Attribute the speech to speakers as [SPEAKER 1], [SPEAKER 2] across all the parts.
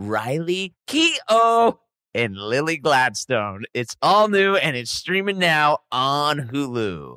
[SPEAKER 1] Riley Keough and Lily Gladstone. It's all new and it's streaming now on Hulu.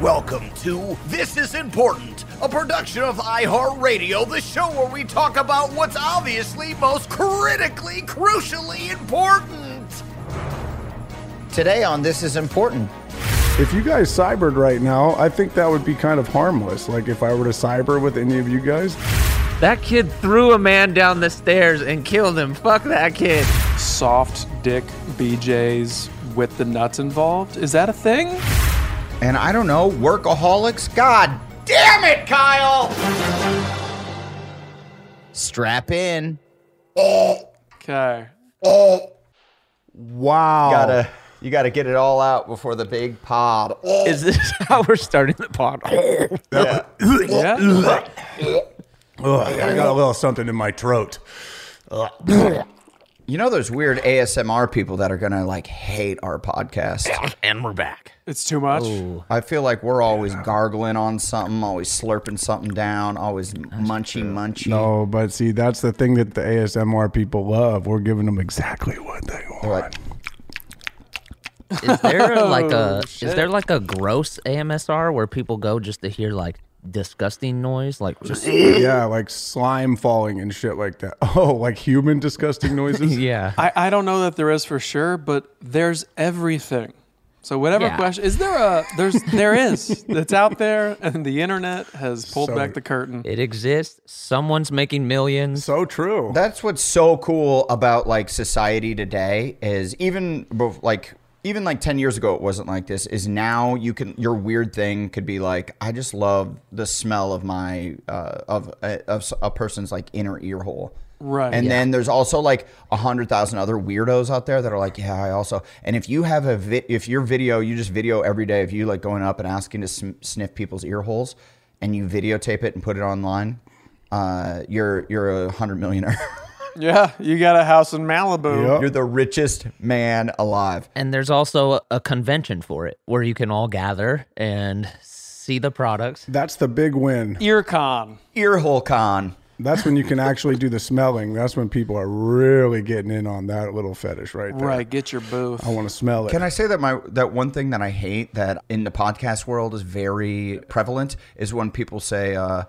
[SPEAKER 2] Welcome to This Is Important, a production of iHeartRadio, the show where we talk about what's obviously most critically, crucially important.
[SPEAKER 3] Today on This Is Important,
[SPEAKER 4] If you guys cybered right now, I think that would be kind of harmless. Like if I were to cyber with any of you guys.
[SPEAKER 5] That kid threw a man down the stairs and killed him. Fuck that kid.
[SPEAKER 6] soft dick BJs with the nuts involved? Is that a thing?
[SPEAKER 3] and I don't know, workaholics? God damn it, Kyle! Strap in.
[SPEAKER 6] Okay.
[SPEAKER 4] Wow.
[SPEAKER 3] Gotta, you gotta get it all out before the big pod.
[SPEAKER 5] Is this how we're starting the pod?
[SPEAKER 3] Yeah.
[SPEAKER 6] Yeah.
[SPEAKER 4] Ugh, I got a little something in my throat.
[SPEAKER 3] You know those weird ASMR people that are gonna like hate our podcast.
[SPEAKER 1] And we're back.
[SPEAKER 6] It's too much.
[SPEAKER 3] I feel like we're always gargling on something, always slurping something down, always munchy munchy.
[SPEAKER 4] No, Oh, but see, that's the thing that the ASMR people love. We're giving them exactly what they want.
[SPEAKER 3] Like,
[SPEAKER 1] Is there like
[SPEAKER 3] Oh,
[SPEAKER 1] a is there like a gross AMSR where people go just to hear like disgusting noise? Like just
[SPEAKER 4] yeah, like slime falling and shit like that. Oh, like human disgusting noises.
[SPEAKER 1] Yeah.
[SPEAKER 6] I, I don't know that there is for sure, but there's everything. So whatever
[SPEAKER 1] Yeah.
[SPEAKER 6] question is there a there's there is that's out there and the internet has pulled
[SPEAKER 4] So-
[SPEAKER 6] back the curtain.
[SPEAKER 1] It exists. Someone's making millions.
[SPEAKER 4] So true.
[SPEAKER 3] That's what's so cool about like society today is even bef- like even like 10 years ago it wasn't like this is now you can your weird thing could be like I just love the smell of my uh, of a, of s- a person's like inner ear hole.
[SPEAKER 6] Right.
[SPEAKER 3] And then there's also like a hundred thousand other weirdos out there that are like, yeah, I also. And if you have a, vi- if your video, you just video every day of you like going up and asking to sm- sniff people's ear holes, and you videotape it and put it online, uh, you're you're a hundred millionaire.
[SPEAKER 6] Yeah, you got a house in Malibu.
[SPEAKER 4] Yep.
[SPEAKER 3] you're the richest man alive.
[SPEAKER 1] And there's also a, a convention for it where you can all gather and see the products.
[SPEAKER 4] That's the big win.
[SPEAKER 6] EarCon.
[SPEAKER 3] Ear hole con.
[SPEAKER 4] That's when you can actually do the smelling. That's when people are really getting in on that little fetish right there.
[SPEAKER 6] Right, get your booth.
[SPEAKER 4] I want to smell it.
[SPEAKER 3] Can I say that my that one thing that I hate that in the podcast world is very prevalent is when people say, uh,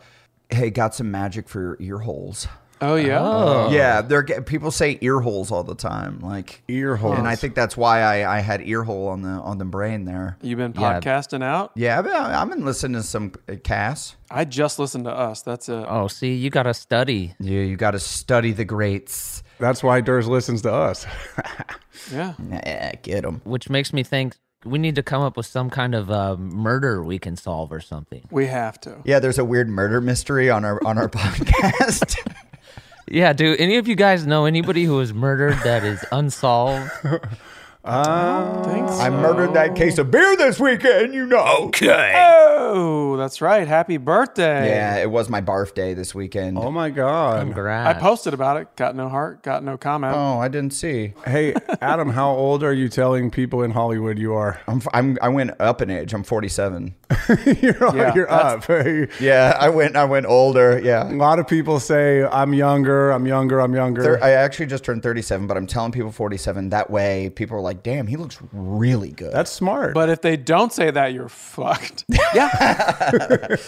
[SPEAKER 3] "Hey, got some magic for your ear holes."
[SPEAKER 6] Oh yeah.
[SPEAKER 4] Uh-huh.
[SPEAKER 3] Yeah, they're ge- people say ear holes all the time, like
[SPEAKER 4] Ear holes.
[SPEAKER 3] and I think that's why I, I had ear hole on the on the brain there.
[SPEAKER 6] You've been
[SPEAKER 1] Yeah.
[SPEAKER 6] podcasting out.
[SPEAKER 3] Yeah, I've been, I've been listening to some uh, Cass.
[SPEAKER 6] I just listened to us. That's it.
[SPEAKER 1] Oh, see, you gotta study.
[SPEAKER 3] Yeah, you got to study the greats.
[SPEAKER 4] That's why Durs listens to us.
[SPEAKER 6] Yeah.
[SPEAKER 3] Yeah, get them.
[SPEAKER 1] which makes me think we need to come up with some kind of uh, murder we can solve or something.
[SPEAKER 6] We have to.
[SPEAKER 3] Yeah, there's a weird murder mystery on our on our podcast.
[SPEAKER 1] Yeah, do any of you guys know anybody who was murdered that is unsolved?
[SPEAKER 6] Thanks.
[SPEAKER 3] I murdered that case of beer this weekend, you know.
[SPEAKER 6] Oh, that's right. Happy birthday.
[SPEAKER 3] Yeah, it was my barf day this weekend.
[SPEAKER 4] oh my God.
[SPEAKER 6] I
[SPEAKER 1] Congrats.
[SPEAKER 6] posted about it. Got no heart. Got no comment.
[SPEAKER 3] Oh, I didn't see.
[SPEAKER 4] Hey, Adam, how old are you telling people in Hollywood you are?
[SPEAKER 3] I'm, f- I'm I went up in age. I'm 47.
[SPEAKER 4] you're
[SPEAKER 6] Yeah,
[SPEAKER 4] you're up. Hey,
[SPEAKER 3] Yeah, I went I went older.
[SPEAKER 4] A
[SPEAKER 3] Yeah.
[SPEAKER 4] lot of people say, I'm younger, I'm younger, I'm younger.
[SPEAKER 3] Thir- I actually just turned 37, but I'm telling people 47. That way, people are like, "Damn, he looks really good."
[SPEAKER 4] That's smart.
[SPEAKER 6] But if they don't say that, you're fucked. yeah.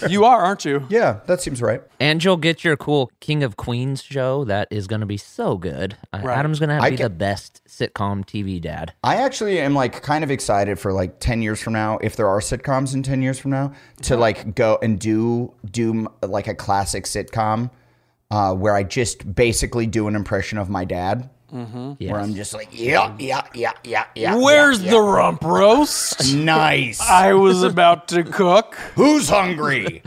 [SPEAKER 6] you are, aren't you?
[SPEAKER 3] yeah, that seems right.
[SPEAKER 1] and you'll get your cool King of Queens show that is going to be so good. Uh,
[SPEAKER 6] Right.
[SPEAKER 1] Adam's going to have
[SPEAKER 3] I
[SPEAKER 1] to be
[SPEAKER 3] ca-
[SPEAKER 1] the best sitcom TV dad.
[SPEAKER 3] I actually am like kind of excited for like 10 years from now, if there are sitcoms in 10 years from now, to like go and do do m- like a classic sitcom uh, where I just basically do an impression of my dad. Where I'm just like, yeah, yeah, yeah, yeah, yeah.
[SPEAKER 6] Where's the rump roast?
[SPEAKER 3] Nice.
[SPEAKER 6] I was about to cook.
[SPEAKER 3] who's hungry?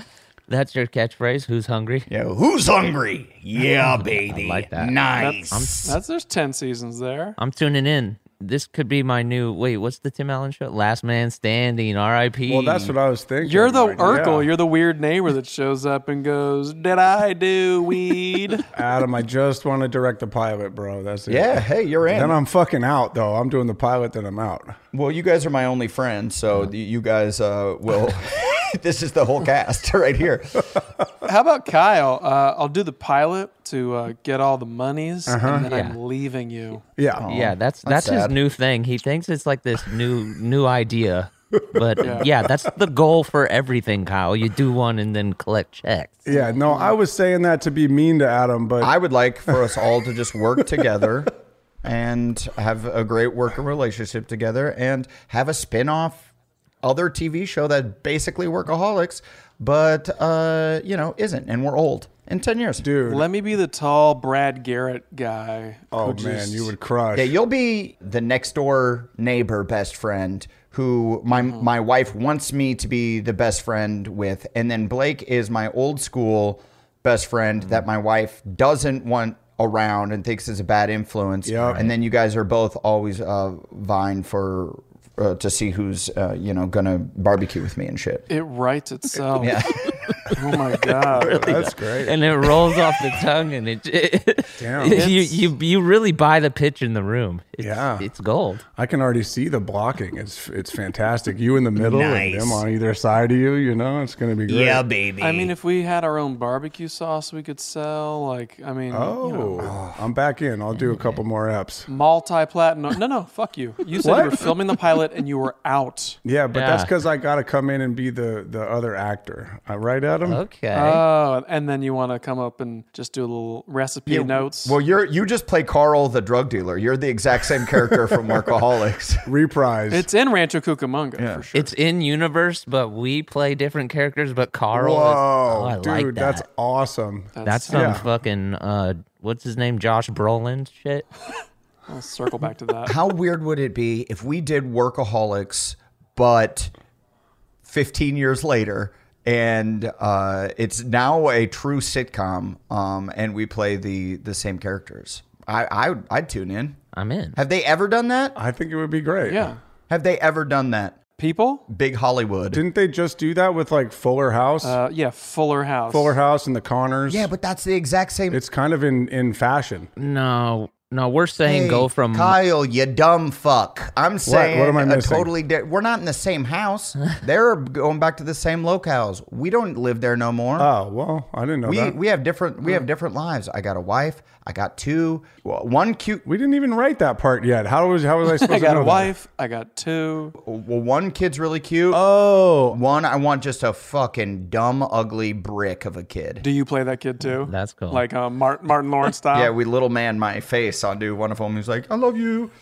[SPEAKER 1] That's your catchphrase. Who's hungry?
[SPEAKER 3] yeah, who's hungry? Yeah, baby.
[SPEAKER 1] like that.
[SPEAKER 3] Nice.
[SPEAKER 6] That's there's ten seasons there.
[SPEAKER 1] I'm tuning in. This could be my new. Wait, what's the Tim Allen show? Last Man Standing, RIP.
[SPEAKER 4] well, that's what I was thinking.
[SPEAKER 6] You're the
[SPEAKER 4] Like,
[SPEAKER 6] Urkel.
[SPEAKER 4] yeah.
[SPEAKER 6] You're the weird neighbor that shows up and goes, "Did I do weed?"
[SPEAKER 4] Adam, I just want to direct the pilot, bro. That's it.
[SPEAKER 3] yeah, hey, you're in.
[SPEAKER 4] Then I'm fucking out, though. I'm doing the pilot, then I'm out.
[SPEAKER 3] well, you guys are my only friends, so the- you guys uh, will. this is the whole cast right here.
[SPEAKER 6] How about Kyle? Uh, I'll do the pilot to uh, get all the monies, and then I'm leaving you.
[SPEAKER 4] Yeah.
[SPEAKER 1] Yeah, that's that's, his
[SPEAKER 3] sad.
[SPEAKER 1] new thing. He thinks it's like this new new idea. But yeah. that's the goal for everything, Kyle. You do one and then collect checks.
[SPEAKER 4] Yeah, no, I was saying that to be mean to Adam, but
[SPEAKER 3] I would like for us all to just work together and have a great working relationship together and have a spin-off other TV show that's basically workaholics, but uh, you know, isn't and we're old in 10 years.
[SPEAKER 4] dude,
[SPEAKER 6] Let me be the tall Brad Garrett guy.
[SPEAKER 4] oh
[SPEAKER 6] who
[SPEAKER 4] man,
[SPEAKER 6] just-
[SPEAKER 4] you would crush.
[SPEAKER 3] Yeah, you'll be the next door neighbor best friend who my my wife wants me to be the best friend with, and then Blake is my old school best friend that my wife doesn't want around and thinks is a bad influence.
[SPEAKER 4] Yep.
[SPEAKER 3] And then you guys are both always uh, vying for uh, to see who's uh, you know gonna barbecue with me and shit.
[SPEAKER 6] It writes itself. Oh my god.
[SPEAKER 4] That's great.
[SPEAKER 1] And it rolls off the tongue and it,
[SPEAKER 4] Damn.
[SPEAKER 1] you, you you really buy the pitch in the room. It's,
[SPEAKER 4] Yeah.
[SPEAKER 1] It's gold.
[SPEAKER 4] I can already see the blocking. It's it's fantastic. You in the middle and them on either side of you. You know, it's gonna be great. Yeah,
[SPEAKER 3] baby.
[SPEAKER 6] I mean, if we had our own barbecue sauce, we could sell. Like, I mean,
[SPEAKER 4] Oh, I'm back in. I'll do a couple more eps.
[SPEAKER 6] multi-platinum. No, no, fuck you. You said you were filming the pilot and you were out.
[SPEAKER 4] Yeah, but that's
[SPEAKER 1] Yeah.
[SPEAKER 4] because I gotta come in and be the the other actor. Uh, right, Adam?
[SPEAKER 1] Okay.
[SPEAKER 4] Uh,
[SPEAKER 6] Oh, and then you want to come up and just do a little recipe notes.
[SPEAKER 3] Well, you're you just play Carl the drug dealer. You're the exact same character from Workaholics.
[SPEAKER 4] Reprise.
[SPEAKER 6] it's in Rancho Cucamonga for sure.
[SPEAKER 1] it's in universe, but we play different characters, but Carl is
[SPEAKER 4] Whoa,
[SPEAKER 1] oh, I
[SPEAKER 4] dude,
[SPEAKER 1] like that.
[SPEAKER 4] that's awesome.
[SPEAKER 1] That's some fucking uh what's his name? Josh Brolin shit.
[SPEAKER 6] I'll circle back to that.
[SPEAKER 3] How weird would it be if we did Workaholics, but 15 years later, and uh, it's now a true sitcom, um, and we play the the same characters? I, I would- I'd tune in.
[SPEAKER 1] I'm in.
[SPEAKER 3] Have they ever done that?
[SPEAKER 4] I think it would be great.
[SPEAKER 6] Yeah,
[SPEAKER 3] Have they ever done that?
[SPEAKER 6] people.
[SPEAKER 3] Big Hollywood.
[SPEAKER 4] Didn't they just do that with like Fuller House,
[SPEAKER 6] Uh, yeah, Fuller House.
[SPEAKER 4] Fuller House, and the Connors?
[SPEAKER 3] yeah, but that's the exact same.
[SPEAKER 4] it's kind of in in fashion.
[SPEAKER 1] No, No, we're saying
[SPEAKER 3] Hey,
[SPEAKER 1] go from
[SPEAKER 3] Kyle, you dumb fuck. I'm saying
[SPEAKER 4] am I
[SPEAKER 3] a
[SPEAKER 4] missing?
[SPEAKER 3] totally di- we're not in the same house. They're going back to the same locales. We don't live there no more.
[SPEAKER 4] Oh well, I didn't know
[SPEAKER 3] we
[SPEAKER 4] that. We,
[SPEAKER 3] we have different we have different lives. I got a wife. I got two. Well, One cute
[SPEAKER 4] didn't even write that part yet. How was how was I supposed
[SPEAKER 6] I
[SPEAKER 4] to
[SPEAKER 6] got
[SPEAKER 4] know
[SPEAKER 6] a
[SPEAKER 4] that?
[SPEAKER 6] wife. I got two.
[SPEAKER 3] well, one kid's really cute.
[SPEAKER 4] Oh,
[SPEAKER 3] One I want just a fucking dumb ugly brick of a kid.
[SPEAKER 6] Do you play that kid too?
[SPEAKER 1] That's cool.
[SPEAKER 6] Like uh, Martin, Martin Lawrence style.
[SPEAKER 3] yeah, we little man my face onto one of them. He's like, I love you.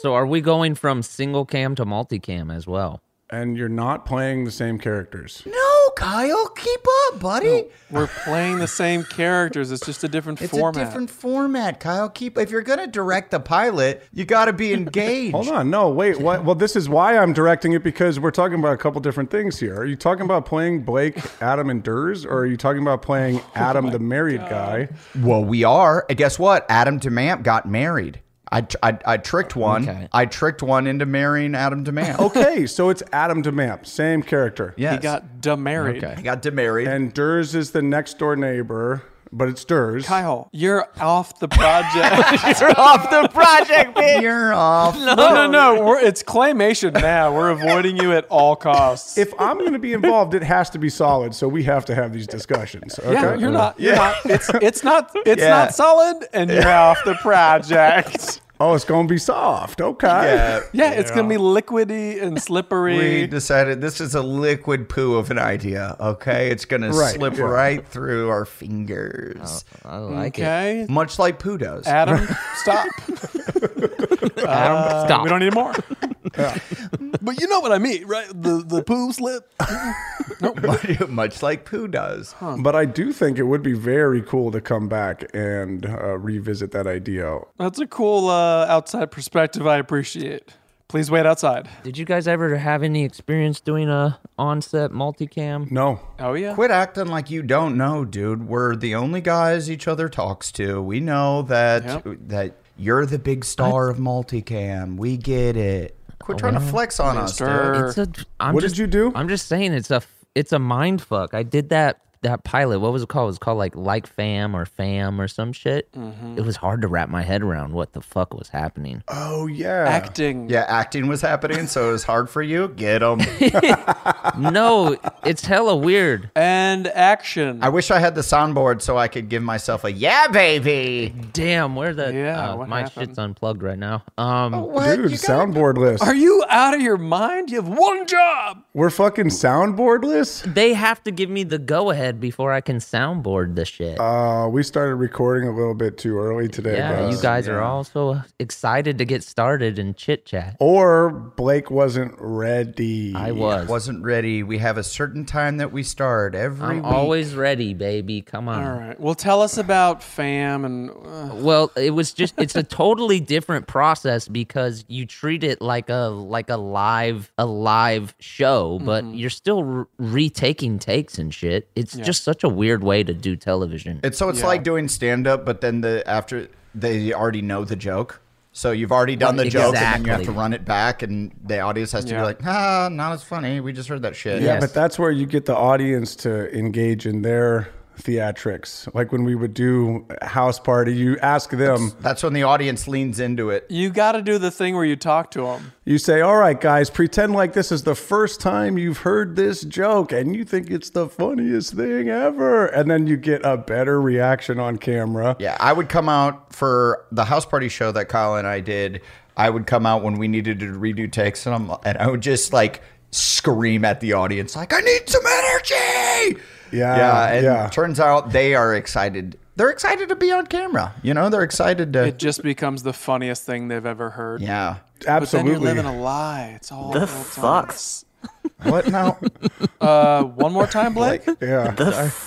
[SPEAKER 1] So are we going from single cam to multicam as well?
[SPEAKER 4] and you're not playing the same characters.
[SPEAKER 3] No, Kyle, keep up, buddy.
[SPEAKER 6] We're playing the same characters. It's just a different
[SPEAKER 3] It's
[SPEAKER 6] format.
[SPEAKER 3] a different format, Kyle. Keep if you're gonna direct the pilot, you gotta be engaged.
[SPEAKER 4] Hold on, no, wait. What? Well, this is why I'm directing it because we're talking about a couple different things here. Are you talking about playing Blake, Adam, and Durs, or are you talking about playing
[SPEAKER 6] Oh
[SPEAKER 4] Adam, the married guy?
[SPEAKER 3] Well, we are. And guess what? Adam DeMamp got married. I, tr- I, I tricked one.
[SPEAKER 1] Okay.
[SPEAKER 3] I tricked one into marrying Adam DeMamp.
[SPEAKER 4] Okay, so it's Adam DeMamp, same character.
[SPEAKER 3] yes.
[SPEAKER 6] He got demarried.
[SPEAKER 3] I got demarried.
[SPEAKER 4] And Durs is the next door neighbor, but it's Durs.
[SPEAKER 6] Kyle, you're off the project.
[SPEAKER 1] Off the project, bitch.
[SPEAKER 3] You're off.
[SPEAKER 6] no, no, no. We're, it's claymation now. We're avoiding you at all costs.
[SPEAKER 4] If I'm going to be involved, it has to be solid. So we have to have these discussions. Okay?
[SPEAKER 6] yeah, you're not. You're not. It's it's not. It's
[SPEAKER 3] Yeah.
[SPEAKER 6] not solid, and you're off the project.
[SPEAKER 4] Oh, it's going to be soft. Okay.
[SPEAKER 3] Yeah.
[SPEAKER 6] Yeah, it's gonna be liquidy and
[SPEAKER 3] We
[SPEAKER 6] slippery.
[SPEAKER 3] decided this is a liquid poo of an idea. Okay, it's gonna
[SPEAKER 4] Right,
[SPEAKER 3] slip
[SPEAKER 4] yeah.
[SPEAKER 3] right through our fingers,
[SPEAKER 1] I like
[SPEAKER 6] okay,
[SPEAKER 3] much like poo does.
[SPEAKER 6] Adam, stop.
[SPEAKER 1] it. Adam,
[SPEAKER 4] Uh,
[SPEAKER 1] stop.
[SPEAKER 6] We don't need more. But you know what I mean, right? The the poo slip.
[SPEAKER 3] much like poo does.
[SPEAKER 4] But I do think it would be very cool to come back and uh, revisit that idea.
[SPEAKER 6] That's a cool uh, outside perspective. I appreciate. Please wait outside.
[SPEAKER 1] Did you guys ever have any experience doing a on-set multicam?
[SPEAKER 4] No.
[SPEAKER 6] Oh yeah.
[SPEAKER 3] Quit acting like you don't know, dude. We're the only guys each other talks to. We know that that you're the big star of multicam. We get it. Quit trying to flex on us, dude.
[SPEAKER 6] Mister.
[SPEAKER 1] It's a. I'm
[SPEAKER 4] What did
[SPEAKER 1] just,
[SPEAKER 4] you do?
[SPEAKER 1] I'm just saying it's a. f- It's a mind fuck. I did that. That pilot. What was it called? It was called like like fam or fam or some shit.
[SPEAKER 6] Mm-hmm.
[SPEAKER 1] It was hard to wrap my head around what the fuck was happening.
[SPEAKER 4] Oh, yeah.
[SPEAKER 6] acting.
[SPEAKER 3] Yeah, acting was happening, so it was hard for you. Get them.
[SPEAKER 1] no, it's hella weird.
[SPEAKER 6] And action.
[SPEAKER 3] I wish I had the soundboard so I could give myself a yeah, baby.
[SPEAKER 1] Damn, where the
[SPEAKER 6] Yeah,
[SPEAKER 1] uh,
[SPEAKER 6] what
[SPEAKER 1] my
[SPEAKER 6] happened?
[SPEAKER 1] shit's unplugged right now. Um,
[SPEAKER 3] What?
[SPEAKER 4] Dude,
[SPEAKER 3] You got-
[SPEAKER 4] soundboard list.
[SPEAKER 6] Are you out of your mind? You have one job.
[SPEAKER 4] We're fucking soundboard list?
[SPEAKER 6] Oh.
[SPEAKER 1] they have to give me the go ahead before I can soundboard the shit.
[SPEAKER 4] Uh, we started recording a little bit too early today.
[SPEAKER 1] yeah,
[SPEAKER 4] guys.
[SPEAKER 1] you guys are all so excited to get started and chit chat.
[SPEAKER 4] Or Blake wasn't ready.
[SPEAKER 1] I was.
[SPEAKER 3] wasn't ready. We have a certain time that we start every
[SPEAKER 1] I'm
[SPEAKER 3] week.
[SPEAKER 1] always ready, baby. Come on.
[SPEAKER 6] All right. Well, tell us about fam and uh,
[SPEAKER 1] Well, it was just it's a totally different process because you treat it like a like a live a live show, but you're still re- retaking takes and shit. It's just such a weird way to do television.
[SPEAKER 3] It's so it's like doing stand up, but then the after they already know the joke. So you've already done the joke, and then you have to
[SPEAKER 1] Exactly.
[SPEAKER 3] run it back, and the audience has to
[SPEAKER 6] Yeah.
[SPEAKER 3] be like, "Ah, not as funny. We just heard that shit."
[SPEAKER 4] Yeah,
[SPEAKER 1] Yes.
[SPEAKER 4] but that's where you get the audience to engage in their theatrics. Like when we would do a house party, you ask them,
[SPEAKER 3] That's when the audience leans into it.
[SPEAKER 6] you got to do the thing where you talk to them.
[SPEAKER 4] you say, "All right, guys, pretend like this is the first time you've heard this joke and you think it's the funniest thing ever." And then you get a better reaction on camera.
[SPEAKER 3] Yeah, I would come out for the house party show that Kyle and I did. I would come out when we needed to redo takes, and I'm and I would just like scream at the audience like, "I need some energy!"
[SPEAKER 4] Yeah,
[SPEAKER 3] yeah. And
[SPEAKER 4] yeah.
[SPEAKER 3] turns out they are excited. They're excited to be on camera. You know, they're excited to.
[SPEAKER 6] It just becomes the funniest thing they've ever heard.
[SPEAKER 3] yeah.
[SPEAKER 6] But then you're
[SPEAKER 4] Absolutely.
[SPEAKER 6] living a lie. It's all the fucks.
[SPEAKER 3] What now?
[SPEAKER 6] Uh, one more time, Blake.
[SPEAKER 4] yeah.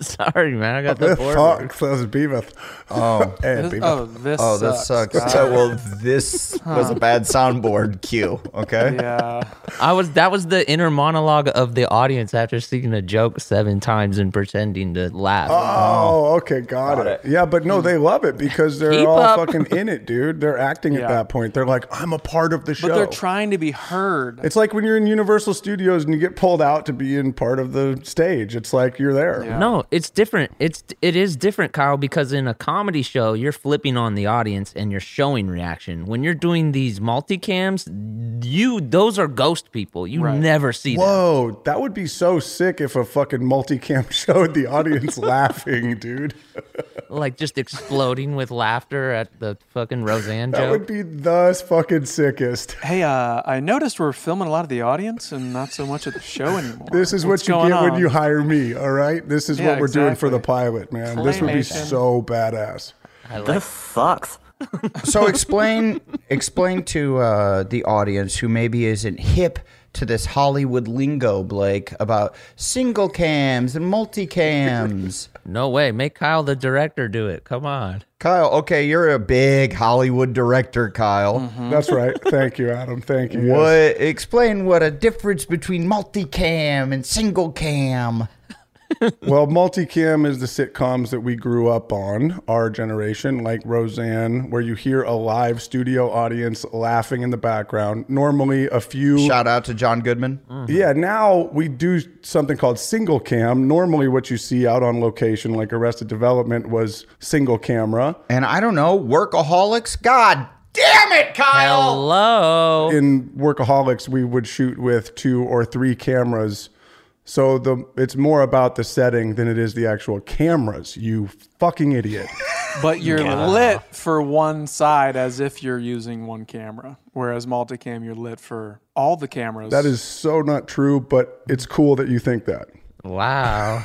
[SPEAKER 1] Sorry, man. I got the
[SPEAKER 4] The
[SPEAKER 1] board.
[SPEAKER 4] fuck says Beavis. Oh, and Beavis.
[SPEAKER 6] oh, this.
[SPEAKER 3] Oh,
[SPEAKER 6] sucks. Uh,
[SPEAKER 3] this sucks. So, well, this was a bad soundboard cue. Okay.
[SPEAKER 6] Yeah.
[SPEAKER 1] I was that was the inner monologue of the audience after seeing a joke seven times and pretending to laugh.
[SPEAKER 4] Oh, okay, got, it. Yeah, but
[SPEAKER 6] Hmm.
[SPEAKER 4] no, they love it because they're
[SPEAKER 1] Keep
[SPEAKER 4] all
[SPEAKER 1] up.
[SPEAKER 4] fucking in it, dude. They're acting at
[SPEAKER 6] Yeah.
[SPEAKER 4] that point. They're like, "I'm a part of the show."
[SPEAKER 6] But they're trying to be heard.
[SPEAKER 4] It's like when you're in Universal studios and you get pulled out to be in part of the stage. It's like you're there.
[SPEAKER 1] No, it's different. It's it is different, Kyle, because in a comedy show, you're flipping on the audience and you're showing reaction. When you're doing these multicams, you those are ghost people. You never see them.
[SPEAKER 4] Whoa, that would be so sick if a fucking multicam showed the audience laughing, dude.
[SPEAKER 1] Like just exploding with laughter at the fucking Roseanne
[SPEAKER 4] That would
[SPEAKER 1] joke.
[SPEAKER 4] be the fucking sickest.
[SPEAKER 6] Hey, uh, I noticed we're filming a lot of the audience and not so much at the show anymore.
[SPEAKER 4] This is
[SPEAKER 6] What's
[SPEAKER 4] what you
[SPEAKER 6] going
[SPEAKER 4] get when
[SPEAKER 6] on?
[SPEAKER 4] you hire me, all right? This is
[SPEAKER 6] Yeah,
[SPEAKER 4] what we're doing for the
[SPEAKER 6] exactly.
[SPEAKER 4] pilot, man. This would be
[SPEAKER 6] Claymation.
[SPEAKER 4] so badass.
[SPEAKER 7] this sucks.
[SPEAKER 3] So explain explain to uh, the audience who maybe isn't hip to this Hollywood lingo, Blake, about single cams and multi cams.
[SPEAKER 1] No way. Make Kyle the director do it. Come on.
[SPEAKER 3] Kyle, okay, you're a big Hollywood director, Kyle.
[SPEAKER 6] Hmm?
[SPEAKER 4] That's right. Thank you, Adam. Thank you.
[SPEAKER 3] What
[SPEAKER 4] Mm-hmm. yes.
[SPEAKER 3] explain what a difference between multicam and single cam?
[SPEAKER 4] Well, multicam is the sitcoms that we grew up on, our generation, like Roseanne, where you hear a live studio audience laughing in the background. Normally, a few.
[SPEAKER 3] Shout out to John Goodman.
[SPEAKER 4] Yeah, now we do something called single cam. Normally, what you see out on location, like Arrested Development, was single camera.
[SPEAKER 3] And I don't know, workaholics. God damn it, Kyle.
[SPEAKER 1] Hello.
[SPEAKER 4] in workaholics we would shoot with two or three cameras so the it's more about the setting than it is the actual cameras you fucking idiot
[SPEAKER 6] But you're lit for one side as if you're using one camera, whereas multicam you're lit for all the cameras.
[SPEAKER 4] that is so not true but it's cool that you think that
[SPEAKER 1] Wow.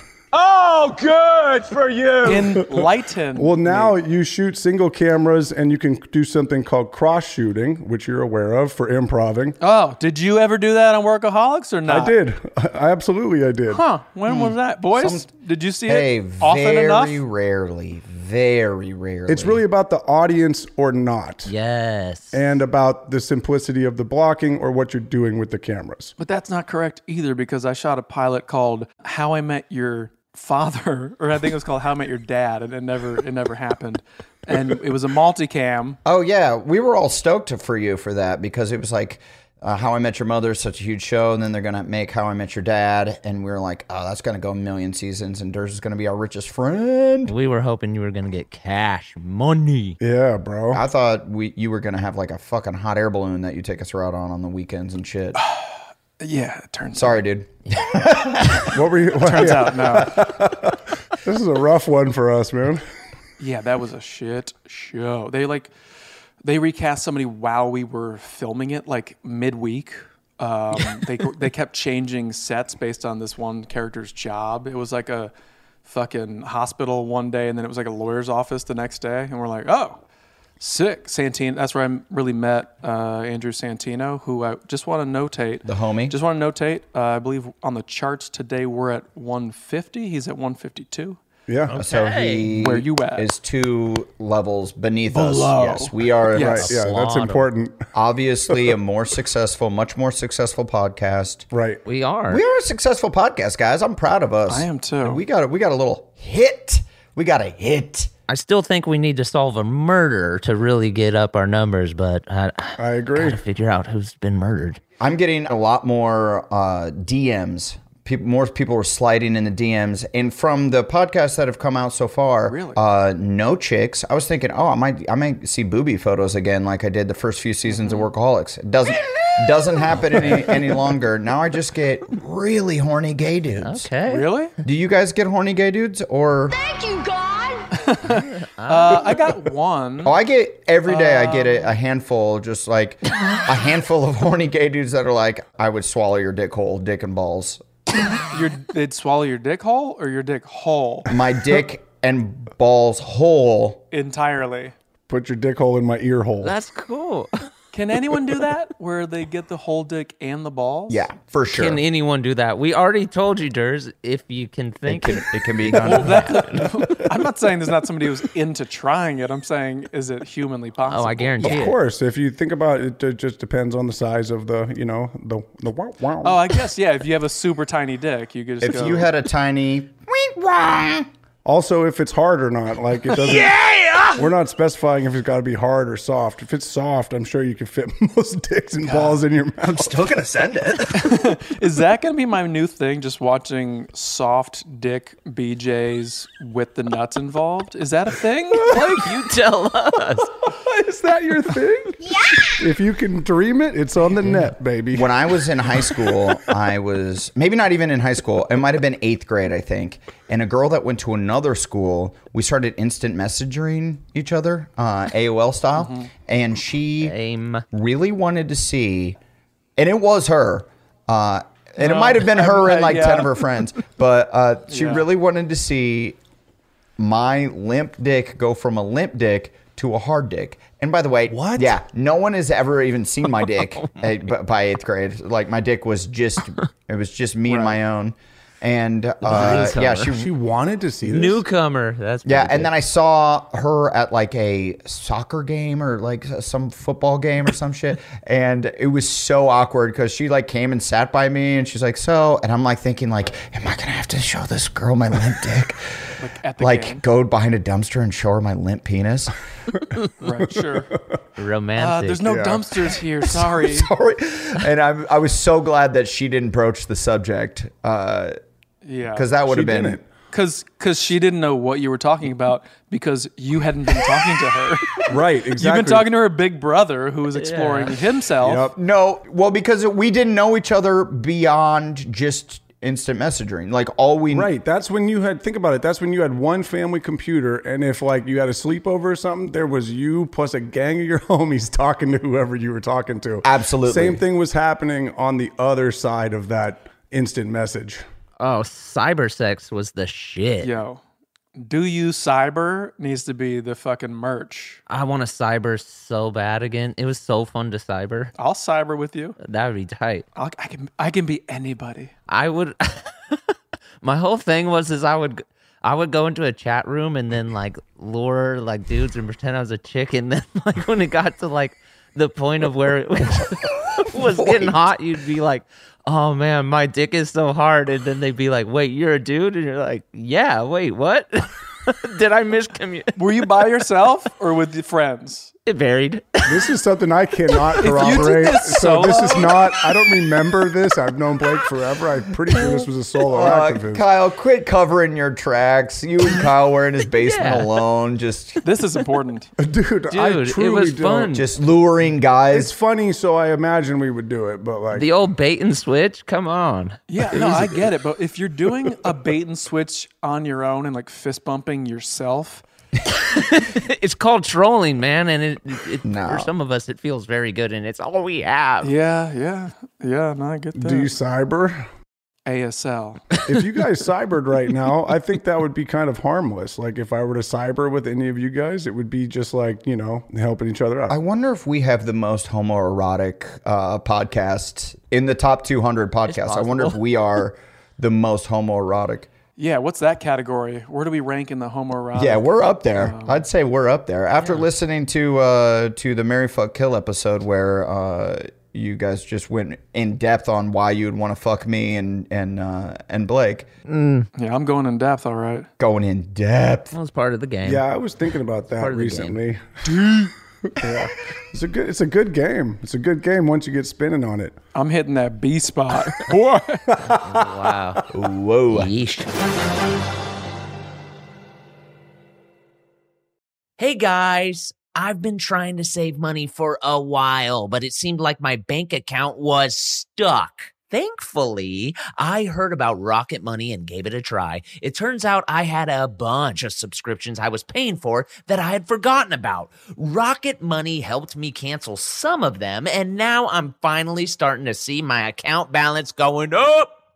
[SPEAKER 6] enlightened.
[SPEAKER 4] well now you shoot single cameras and you can do something called cross shooting which you're aware of for improving
[SPEAKER 6] oh, did you ever do that on Workaholics or not?
[SPEAKER 4] i did I, absolutely i did
[SPEAKER 6] Huh? When was that, boys? did you see
[SPEAKER 3] Hmm. Hey,
[SPEAKER 6] it often
[SPEAKER 3] very
[SPEAKER 6] enough?
[SPEAKER 3] rarely, very rarely.
[SPEAKER 4] it's really about the audience or not
[SPEAKER 1] Yes.
[SPEAKER 4] and about the simplicity of the blocking or what you're doing with the cameras
[SPEAKER 6] But that's not correct either because I shot a pilot called How I Met Your Father, or I think it was called How I Met Your Dad, and it never it never happened. And it was a multicam.
[SPEAKER 3] Oh yeah, we were all stoked to- for you for that because it was like uh, How I Met Your Mother is such a huge show, and then they're gonna make How I Met Your Dad, and we were like, oh, that's gonna go a million seasons, and Durs is gonna be our richest friend.
[SPEAKER 1] We were hoping you were gonna get cash money.
[SPEAKER 4] yeah bro
[SPEAKER 3] I thought we you were gonna have like a fucking hot air balloon that you take us around on on the weekends and shit.
[SPEAKER 6] Yeah, it turns
[SPEAKER 3] Sorry, dude.
[SPEAKER 4] What were you?
[SPEAKER 6] turns
[SPEAKER 4] yeah,
[SPEAKER 6] out no.
[SPEAKER 4] This is a rough one for us, man.
[SPEAKER 6] Yeah, that was a shit show. They like they recast somebody while we were filming it, like midweek. Um, they they kept changing sets based on this one character's job. It was like a fucking hospital one day, and then it was like a lawyer's office the next day. And we're like, oh, sick, Santino. That's where I really met uh, Andrew Santino, who I just want to notate. The
[SPEAKER 3] homie.
[SPEAKER 6] Just want to notate. Uh, I believe on the charts today we're at 150. He's at 152.
[SPEAKER 4] Yeah.
[SPEAKER 3] So he
[SPEAKER 6] Where you at?
[SPEAKER 3] is two levels beneath
[SPEAKER 6] Below.
[SPEAKER 3] us. Yes, we are
[SPEAKER 6] Yes.
[SPEAKER 4] Right. Yeah, that's
[SPEAKER 1] Slaughter.
[SPEAKER 4] important.
[SPEAKER 3] obviously a more successful, much more successful podcast.
[SPEAKER 4] Right.
[SPEAKER 1] We are.
[SPEAKER 3] We are a successful podcast, guys. I'm proud of us.
[SPEAKER 6] I am too.
[SPEAKER 3] And we got a, we got a little hit. We got a hit.
[SPEAKER 1] I still think we need to solve a murder to really get up our numbers, but I,
[SPEAKER 4] I agree.
[SPEAKER 1] gotta figure out who's been murdered.
[SPEAKER 3] I'm getting a lot more uh, DMs. People, more people are sliding in the DMs, and from the podcasts that have come out so far, really, uh, no chicks. I was thinking, oh, I might, I might see booby photos again, like I did the first few seasons of Workaholics. It doesn't doesn't happen any any longer. Now I just get really horny gay dudes.
[SPEAKER 1] Okay.
[SPEAKER 6] Really?
[SPEAKER 3] Do you guys get horny gay dudes or?
[SPEAKER 8] Thank you, God!
[SPEAKER 6] Uh, I got one.
[SPEAKER 3] Oh, I get every day. I get
[SPEAKER 1] Oh.
[SPEAKER 3] a, a handful, just like a handful of horny gay dudes that are like, "I would swallow your dick hole, dick and balls,
[SPEAKER 6] Your they'd swallow your dick hole or your dick hole
[SPEAKER 3] my dick and balls hole."
[SPEAKER 6] entirely.
[SPEAKER 4] Put your dick hole in my ear hole.
[SPEAKER 1] That's cool.
[SPEAKER 6] Can anyone do that? Where they get the whole dick and the balls?
[SPEAKER 3] Yeah, for sure.
[SPEAKER 1] Can anyone do that? We already told you, Durs, if you can think.
[SPEAKER 3] Can- it can be done.
[SPEAKER 6] I'm not saying there's not somebody who's into trying it. I'm saying is it humanly possible?
[SPEAKER 1] Oh, I guarantee
[SPEAKER 4] Of
[SPEAKER 1] it.
[SPEAKER 4] course, if you think about it, it just depends on the size of the, you know, the the wow wow.
[SPEAKER 6] Oh, I guess yeah. If you have a super tiny dick, you could just
[SPEAKER 3] if
[SPEAKER 6] go,
[SPEAKER 3] you had a tiny,
[SPEAKER 4] also, if it's hard or not, like it doesn't. We're not specifying if it's got to be hard or soft. If it's soft, I'm sure you can fit most dicks and balls in your mouth.
[SPEAKER 2] Still gonna send it.
[SPEAKER 6] Is that going to be my new thing? Just watching soft dick BJ's with the nuts involved? Is that a thing? Like you
[SPEAKER 1] Tell us.
[SPEAKER 4] Is that your thing? yeah. If you can dream it, it's on the net, baby.
[SPEAKER 3] when I was in high school, I was maybe not even in high school. It might have been eighth grade, I think. And a girl that went to another school, we started instant messaging each other, uh, AOL style.
[SPEAKER 6] Mm-hmm.
[SPEAKER 3] And she
[SPEAKER 1] Same.
[SPEAKER 3] really wanted to see, and it was her. Uh, and it might have been her and like
[SPEAKER 6] yeah.
[SPEAKER 3] 10 of her friends, but uh, she
[SPEAKER 6] Yeah.
[SPEAKER 3] really wanted to see my limp dick go from a limp dick to a hard dick. And by the way,
[SPEAKER 2] What?
[SPEAKER 3] Yeah, no one has ever even seen my dick eh, b- by eighth grade. Like my dick was just, it was just me and my own. And uh, yeah, she
[SPEAKER 4] she wanted to see this.
[SPEAKER 1] Newcomer. That's
[SPEAKER 3] yeah,
[SPEAKER 1] pretty
[SPEAKER 3] and
[SPEAKER 1] good.
[SPEAKER 3] then I saw her at like a soccer game or like s- some football game or some shit, and it was so awkward because she like came and sat by me, and she's like, "So," and I'm like thinking, like, "Am I gonna have to show this girl my limp dick?
[SPEAKER 6] at the
[SPEAKER 3] like,
[SPEAKER 6] game.
[SPEAKER 3] go behind a dumpster and show her my limp penis?"
[SPEAKER 6] Right, sure. Uh,
[SPEAKER 1] romantic.
[SPEAKER 6] there's no dumpsters here. Sorry.
[SPEAKER 3] Sorry, and I'm I was so glad that she didn't broach the subject because
[SPEAKER 6] Yeah.
[SPEAKER 3] that would
[SPEAKER 4] She
[SPEAKER 3] have been.
[SPEAKER 4] didn't.
[SPEAKER 6] Cause, cause she didn't know what you were talking about because you hadn't been talking to her.
[SPEAKER 4] Right, exactly.
[SPEAKER 6] You've been talking to her big brother who was exploring himself.
[SPEAKER 4] Yup.
[SPEAKER 3] No, well, because we didn't know each other beyond just instant messaging. Like all we
[SPEAKER 4] Right. That's when you had, think about it. That's when you had one family computer. And if like you had a sleepover or something, there was you plus a gang of your homies talking to whoever you were talking to.
[SPEAKER 3] Absolutely.
[SPEAKER 4] Same thing was happening on the other side of that instant message.
[SPEAKER 1] oh, cyber sex was the shit.
[SPEAKER 6] Yo, do you cyber needs to be the fucking merch.
[SPEAKER 1] I want to cyber so bad again. It was so fun to cyber.
[SPEAKER 6] I'll cyber with you.
[SPEAKER 1] That would be tight.
[SPEAKER 6] I'll, I can I can be anybody.
[SPEAKER 1] I would. my whole thing was is I would I would go into a chat room and then like lure like dudes and pretend I was a chick and then like when it got to like the point of where it was, was getting hot, you'd be like, "Oh man, my dick is so hard," and then they'd be like, "Wait, you're a dude?" And you're like, "Yeah, wait, what?" Did I miscommunicate?
[SPEAKER 6] Were you by yourself or with your friends?
[SPEAKER 1] It varied.
[SPEAKER 4] This is something I cannot
[SPEAKER 6] did
[SPEAKER 4] corroborate.
[SPEAKER 6] this
[SPEAKER 4] so this is
[SPEAKER 6] solo-
[SPEAKER 4] not, I don't remember this. I've known Blake forever. I'm pretty sure this was a solo
[SPEAKER 3] Oh,
[SPEAKER 4] act of his.
[SPEAKER 3] Kyle, quit covering your tracks. You and Kyle were in his basement alone, just
[SPEAKER 6] This is important.
[SPEAKER 4] Dude, I
[SPEAKER 1] Dude, it
[SPEAKER 4] truly
[SPEAKER 1] was
[SPEAKER 4] don't.
[SPEAKER 1] fun.
[SPEAKER 3] just luring
[SPEAKER 4] It's
[SPEAKER 3] guys.
[SPEAKER 4] funny, so I imagine we would do it, but like,
[SPEAKER 1] The old bait and switch. Come on.
[SPEAKER 6] Yeah, no, I get it. But if you're doing a bait and switch on your own and like fist bumping yourself,
[SPEAKER 1] it's called trolling, man, and it, it
[SPEAKER 3] No.
[SPEAKER 1] for some of us it feels very good, and it's all we have.
[SPEAKER 6] yeah, yeah, yeah. No, I get that.
[SPEAKER 4] do you cyber?
[SPEAKER 6] ASL.
[SPEAKER 4] if you guys cybered right now, I think that would be kind of harmless. Like if I were to cyber with any of you guys, it would be just like, you know, helping each other out.
[SPEAKER 3] I wonder if we have the most homoerotic uh, podcast in the top 200 podcasts. I wonder if we are the most homoerotic.
[SPEAKER 6] Yeah, what's that category? Where do we rank in the homoerotic?
[SPEAKER 3] Yeah, we're up there. I'd say we're up there. After listening to uh, to the Mary Fuck Kill episode where uh, you guys just went in depth on why you would want to fuck me and and uh, and Blake,
[SPEAKER 6] yeah, I'm going in depth. All right.
[SPEAKER 3] going in depth.
[SPEAKER 1] That was part of the game.
[SPEAKER 4] yeah, I was thinking about that
[SPEAKER 1] of the game.
[SPEAKER 4] recently. yeah. It's a good it's a good game. It's a good game once you get spinning on it.
[SPEAKER 6] I'm hitting that B spot. What?
[SPEAKER 1] Wow. Whoa. Yeesh. Hey guys, I've been trying to save money for a while, but it seemed like my bank account was stuck. Thankfully, I heard about Rocket Money and gave it a try. It turns out I had a bunch of subscriptions I was paying for that I had forgotten about. Rocket Money helped me cancel some of them, and now I'm finally starting to see my account balance going up.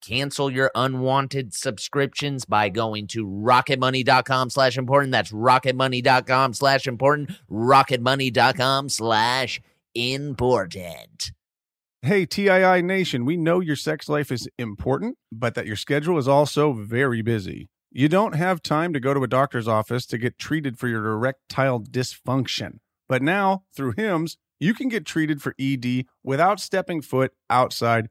[SPEAKER 1] Cancel your unwanted subscriptions by going to rocketmoney.com slash important. That's rocketmoney.com slash important. Rocketmoney.com slash important.
[SPEAKER 4] Hey, TII Nation, we know your sex life is important, but that your schedule is also very busy. You don't have time to go to a doctor's office to get treated for your erectile dysfunction. But now, through HIMS, you can get treated for ED without stepping foot outside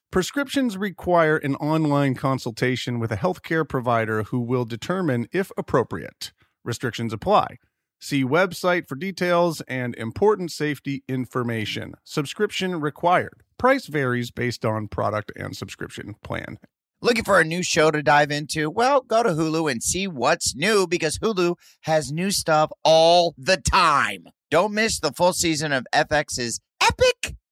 [SPEAKER 4] Prescriptions require an online consultation with a healthcare provider who will determine if appropriate. Restrictions apply. See website for details and important safety information. Subscription required. Price varies based on product and subscription plan.
[SPEAKER 9] Looking for a new show to dive into? Well, go to Hulu and see what's new because Hulu has new stuff all the time. Don't miss the full season of FX's epic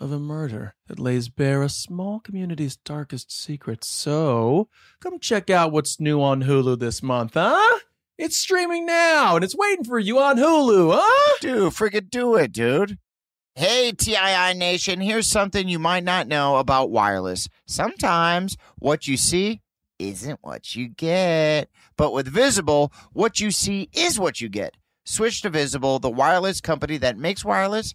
[SPEAKER 6] of a murder that lays bare a small community's darkest secrets. So, come check out what's new on Hulu this month, huh? It's streaming now and it's waiting for you on Hulu, huh?
[SPEAKER 9] Dude, friggin' do it, dude. Hey, TII Nation, here's something you might not know about wireless. Sometimes what you see isn't what you get. But with Visible, what you see is what you get. Switch to Visible, the wireless company that makes wireless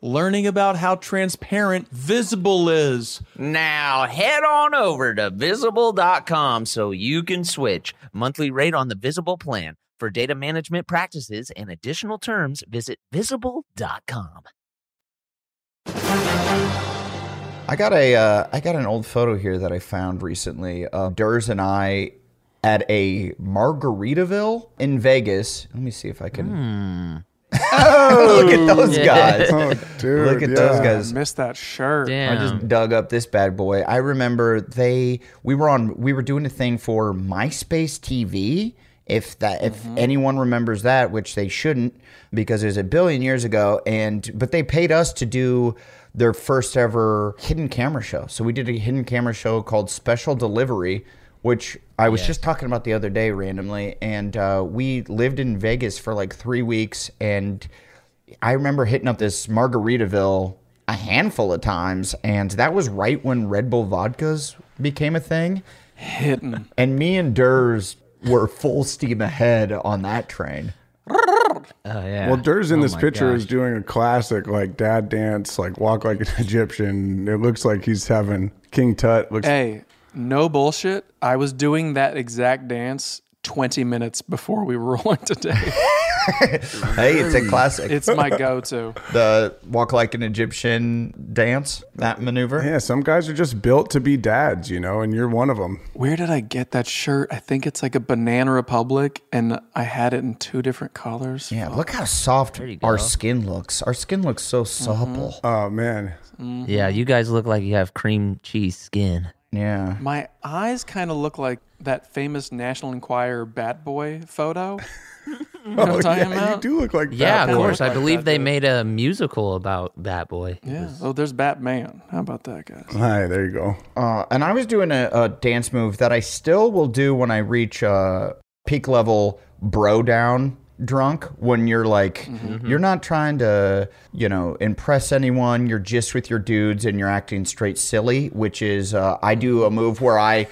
[SPEAKER 6] learning about how transparent Visible is.
[SPEAKER 1] Now head on over to visible.com so you can switch. Monthly rate on the visible plan. For data management practices and additional terms, visit visible.com.
[SPEAKER 3] I got a uh, I got an old photo here that I found recently of Durs and I at a Margaritaville in Vegas. Let me see if I can.
[SPEAKER 10] Hmm.
[SPEAKER 3] Look at those guys.
[SPEAKER 10] Oh, dude.
[SPEAKER 3] Look at
[SPEAKER 10] yeah.
[SPEAKER 3] those
[SPEAKER 6] I
[SPEAKER 3] guys.
[SPEAKER 6] missed that shirt.
[SPEAKER 3] I
[SPEAKER 1] Damn.
[SPEAKER 3] just dug up this bad boy. I remember they we were on we were doing a thing for MySpace TV. If that if anyone remembers that, which they shouldn't, because it was a billion years ago, and but they paid us to do their first ever hidden camera show. So we did a hidden camera show called Special Delivery, which I was
[SPEAKER 11] Yes.
[SPEAKER 3] just talking about the other day randomly. And uh, we lived in Vegas for like three weeks. And I remember hitting up this Margaritaville a handful of times. And that was right when Red Bull vodkas became a thing.
[SPEAKER 6] Hitting.
[SPEAKER 3] And me and Durs were full steam ahead on that train.
[SPEAKER 1] Oh yeah.
[SPEAKER 4] Well, Dur's in
[SPEAKER 3] Oh
[SPEAKER 4] this
[SPEAKER 3] my
[SPEAKER 4] picture
[SPEAKER 3] gosh.
[SPEAKER 4] is doing a classic like dad dance, like walk like an Egyptian. It looks like he's having King Tut. Looks
[SPEAKER 6] Hey, no bullshit. I was doing that exact dance 20 minutes before we were rolling today.
[SPEAKER 3] Hey, it's a classic.
[SPEAKER 6] It's my go-to.
[SPEAKER 3] the walk like an Egyptian dance, that maneuver.
[SPEAKER 4] Yeah, some guys are just built to be dads, you know, and you're one of them.
[SPEAKER 6] Where did I get that shirt? I think it's like a Banana Republic, and I had it in two different colors.
[SPEAKER 3] Yeah, look how soft our skin looks. Our skin looks so supple.
[SPEAKER 4] Oh man.
[SPEAKER 1] Yeah, you guys look like you have cream cheese skin.
[SPEAKER 6] Mm-hmm.
[SPEAKER 3] Yeah.
[SPEAKER 6] My eyes kind of look like that famous National Enquirer Bat Boy photo. you know what I'm talking
[SPEAKER 4] Oh, yeah, you
[SPEAKER 6] about?
[SPEAKER 4] do look like
[SPEAKER 1] Yeah,
[SPEAKER 4] that
[SPEAKER 1] of
[SPEAKER 4] boy.
[SPEAKER 1] course. I
[SPEAKER 6] like
[SPEAKER 1] believe
[SPEAKER 6] that
[SPEAKER 1] they made a musical about Bat Boy.
[SPEAKER 6] Yeah. Oh, there's Batman. How about that, guys?
[SPEAKER 4] Hi, there you go.
[SPEAKER 3] Uh, and I was doing a, a dance move that I still will do when I reach uh, peak level bro down drunk. When you're like, you're not trying to, you know, impress anyone. You're just with your dudes and you're acting straight silly. Which is, uh, I do a move where I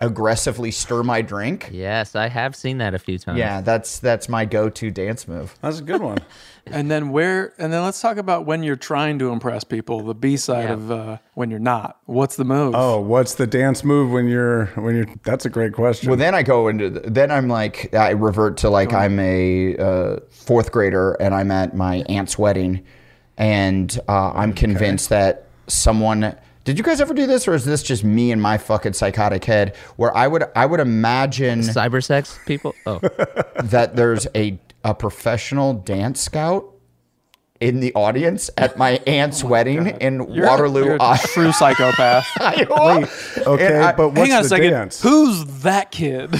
[SPEAKER 3] aggressively stir my drink.
[SPEAKER 1] Yes, I have seen that a few times.
[SPEAKER 3] Yeah, that's that's my go-to dance move.
[SPEAKER 4] That's a good one.
[SPEAKER 6] And then where? And then let's talk about when you're trying to impress people. The B side of uh, when you're not. What's the move?
[SPEAKER 4] Oh, what's the dance move when you're when you're? That's a great question.
[SPEAKER 3] Well, then I go into the, then I'm like I revert to like I'm a uh, fourth grader and I'm at my aunt's wedding, and uh, I'm convinced that someone. Did you guys ever do this, or is this just me and my fucking psychotic head? Where I would I would imagine
[SPEAKER 1] Cyber sex people? Oh.
[SPEAKER 3] that there's a a professional dance scout in the audience at my aunt's wedding in
[SPEAKER 6] Oh You're a-
[SPEAKER 3] Waterloo,
[SPEAKER 6] you're a true psychopath.
[SPEAKER 3] Iowa.
[SPEAKER 4] okay,
[SPEAKER 3] And I-
[SPEAKER 4] but what's
[SPEAKER 6] Hang on a
[SPEAKER 4] the
[SPEAKER 6] second.
[SPEAKER 4] dance?
[SPEAKER 6] Who's that kid?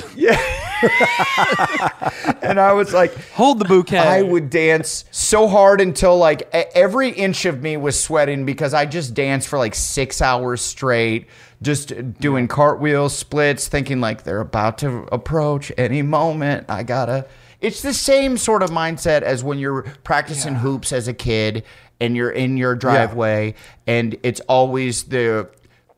[SPEAKER 3] and I was like,
[SPEAKER 6] Hold the bouquet.
[SPEAKER 3] I would dance so hard until like e- every inch of me was sweating because I just danced for like six hours straight, just doing cartwheel splits, thinking like they're about to approach any moment. I gotta. It's the same sort of mindset as when you're practicing hoops as a kid and you're in your driveway and it's always the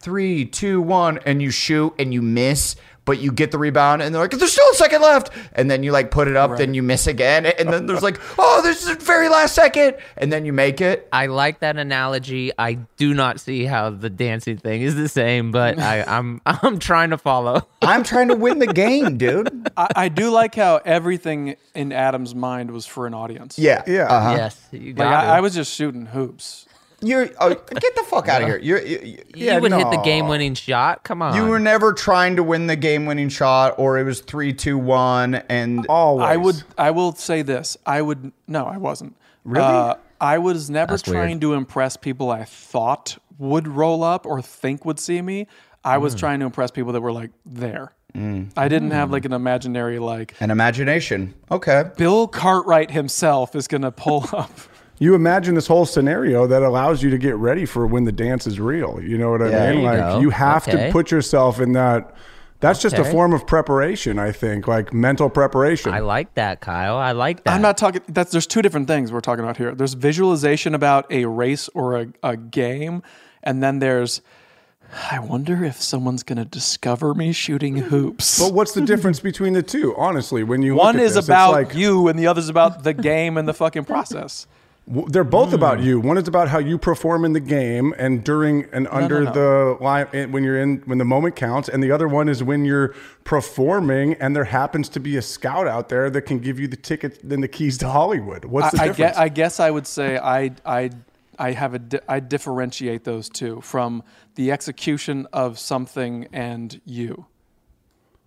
[SPEAKER 3] three, two, one, and you shoot and you miss. But you get the rebound, and they're like, "There's still a second left," and then you like put it up, then you miss again, and then there's like, "Oh, this is the very last second, and then you make it.
[SPEAKER 1] I like that analogy. I do not see how the dancing thing is the same, but I, I'm I'm trying to follow.
[SPEAKER 3] I'm trying to win the game, dude.
[SPEAKER 6] I, I do like how everything in Adam's mind was for an audience.
[SPEAKER 3] Yeah,
[SPEAKER 4] Yeah.
[SPEAKER 3] uh-huh.
[SPEAKER 1] Yes, you
[SPEAKER 6] Like
[SPEAKER 1] got it.
[SPEAKER 6] I, I was just shooting hoops.
[SPEAKER 3] You're oh, get the fuck out of here. You're, you you-
[SPEAKER 1] you would hit the game-winning shot. Come on.
[SPEAKER 3] You were never trying to win the game-winning shot, or it was three, two, one, and
[SPEAKER 4] Always.
[SPEAKER 6] I would. I will say this. I would. No, I wasn't. Really? I was never trying to impress people I thought would roll up or think would see me. I was trying to impress people that were like there. I didn't have like an imaginary like
[SPEAKER 3] an imagination. Okay,
[SPEAKER 6] Bill Cartwright himself is gonna pull up.
[SPEAKER 4] You imagine this whole scenario that allows you to get ready for when the dance is real. You know what
[SPEAKER 3] Yeah,
[SPEAKER 4] I mean?
[SPEAKER 1] there you
[SPEAKER 4] like
[SPEAKER 1] go.
[SPEAKER 4] you have
[SPEAKER 1] Okay.
[SPEAKER 4] to put yourself in that. That's just
[SPEAKER 1] Okay.
[SPEAKER 4] a form of preparation, I think, like mental preparation.
[SPEAKER 1] I like that, Kyle. I like that.
[SPEAKER 6] I'm not talking. That's there's two different things we're talking about here. There's visualization about a race or a, a game, and then there's. I wonder if someone's going to discover me shooting hoops.
[SPEAKER 4] but what's the difference between the two? Honestly, when you
[SPEAKER 6] One
[SPEAKER 4] look at
[SPEAKER 6] is
[SPEAKER 4] this, it's
[SPEAKER 6] about
[SPEAKER 4] like,
[SPEAKER 6] you, and the other's about the game and the fucking process.
[SPEAKER 4] W- They're both about
[SPEAKER 6] Hmm.
[SPEAKER 4] you. One is about how you perform in the game and during and under the line eh, when you're in when the moment counts, and the other one is when you're performing and there happens to be a scout out there that can give you the ticket and the keys to Hollywood. What's the
[SPEAKER 6] I, I,
[SPEAKER 4] difference?
[SPEAKER 6] guess, I guess I would say I I I have a di- I differentiate those two from the execution of something and you.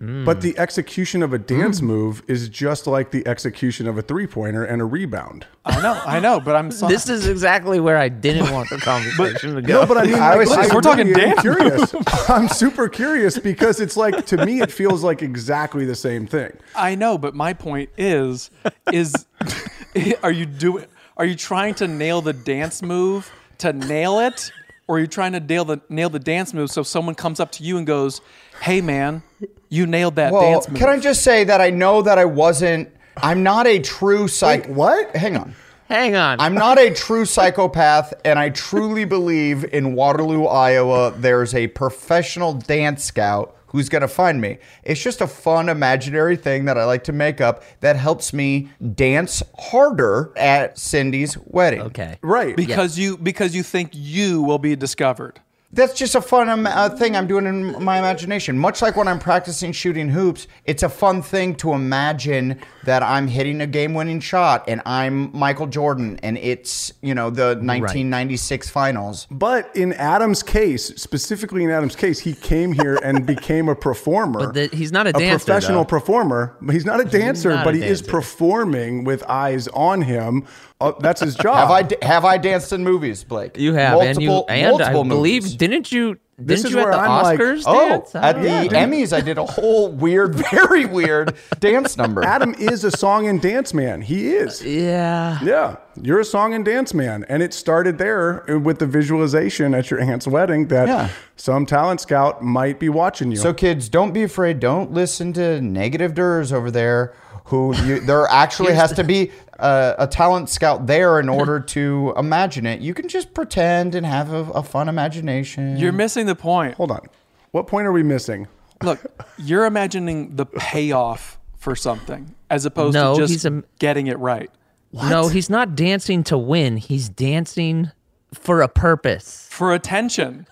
[SPEAKER 4] But the execution of a
[SPEAKER 6] Hmm.
[SPEAKER 4] dance move is just like the execution of a three pointer and a rebound.
[SPEAKER 6] I know, I know, but I'm sorry.
[SPEAKER 1] This is exactly where I didn't want the conversation to go.
[SPEAKER 4] No, but I mean,
[SPEAKER 3] I
[SPEAKER 4] like,
[SPEAKER 3] was just-
[SPEAKER 4] I
[SPEAKER 6] we're talking
[SPEAKER 4] really am
[SPEAKER 6] dance
[SPEAKER 4] Curious. I'm super curious because it's like to me, it feels like exactly the same thing.
[SPEAKER 6] I know, but my point is, is are you doing? Are you trying to nail the dance move to nail it, or are you trying to nail the nail the dance move so someone comes up to you and goes, hey man, you nailed that
[SPEAKER 3] well,
[SPEAKER 6] dance move.
[SPEAKER 3] can I just say that I know that I wasn't. I'm not a true psych. what? Hang on.
[SPEAKER 12] Hang on.
[SPEAKER 3] I'm not a true psychopath, and I truly believe in Waterloo, Iowa, there's a professional dance scout who's going to find me. It's just a fun imaginary thing that I like to make up that helps me dance harder at Cindy's wedding.
[SPEAKER 1] Okay.
[SPEAKER 3] Right.
[SPEAKER 6] because you because you think you will be discovered.
[SPEAKER 3] That's just a fun um, uh, thing I'm doing in my imagination. Much like when I'm practicing shooting hoops, it's a fun thing to imagine that I'm hitting a game-winning shot and I'm Michael Jordan and it's, you know, the 1996 finals.
[SPEAKER 4] But in Adam's case, specifically in Adam's case, he came here and became a performer.
[SPEAKER 1] But the- he's not a dancer,
[SPEAKER 4] professional
[SPEAKER 1] though.
[SPEAKER 4] performer. But He's not a dancer,
[SPEAKER 1] not
[SPEAKER 4] but
[SPEAKER 1] a
[SPEAKER 4] he is
[SPEAKER 1] dancer.
[SPEAKER 4] performing with eyes on him. Uh, that's his job.
[SPEAKER 3] Have I have I danced in movies, Blake?
[SPEAKER 1] You have
[SPEAKER 3] multiple
[SPEAKER 1] and you and I
[SPEAKER 3] multiple
[SPEAKER 1] believe
[SPEAKER 3] movies.
[SPEAKER 1] didn't you didn't
[SPEAKER 3] This is
[SPEAKER 1] you at
[SPEAKER 3] where
[SPEAKER 1] the
[SPEAKER 3] I'm like,
[SPEAKER 1] Oscars
[SPEAKER 3] oh,
[SPEAKER 1] dance? I
[SPEAKER 3] at
[SPEAKER 1] don't
[SPEAKER 3] the
[SPEAKER 1] know.
[SPEAKER 3] Emmys, I did a whole weird, very weird dance number.
[SPEAKER 4] Adam is a song and dance man. He is.
[SPEAKER 1] Uh, Yeah.
[SPEAKER 4] Yeah, you're a song and dance man, and it started there with the visualization at your aunt's wedding that
[SPEAKER 3] Yeah.
[SPEAKER 4] some talent scout might be watching you.
[SPEAKER 3] So kids, don't be afraid. Don't listen to negative durs over there. Who you, there actually has to be a, a talent scout there in order to imagine it. You can just pretend and have a, a fun imagination.
[SPEAKER 6] You're missing the point.
[SPEAKER 4] hold on, what point are we missing?
[SPEAKER 6] Look, you're imagining the payoff for something as opposed
[SPEAKER 1] No,
[SPEAKER 6] to just
[SPEAKER 1] he's im-
[SPEAKER 6] getting it right.
[SPEAKER 1] No, he's not dancing to win. He's dancing for a purpose.
[SPEAKER 6] For attention.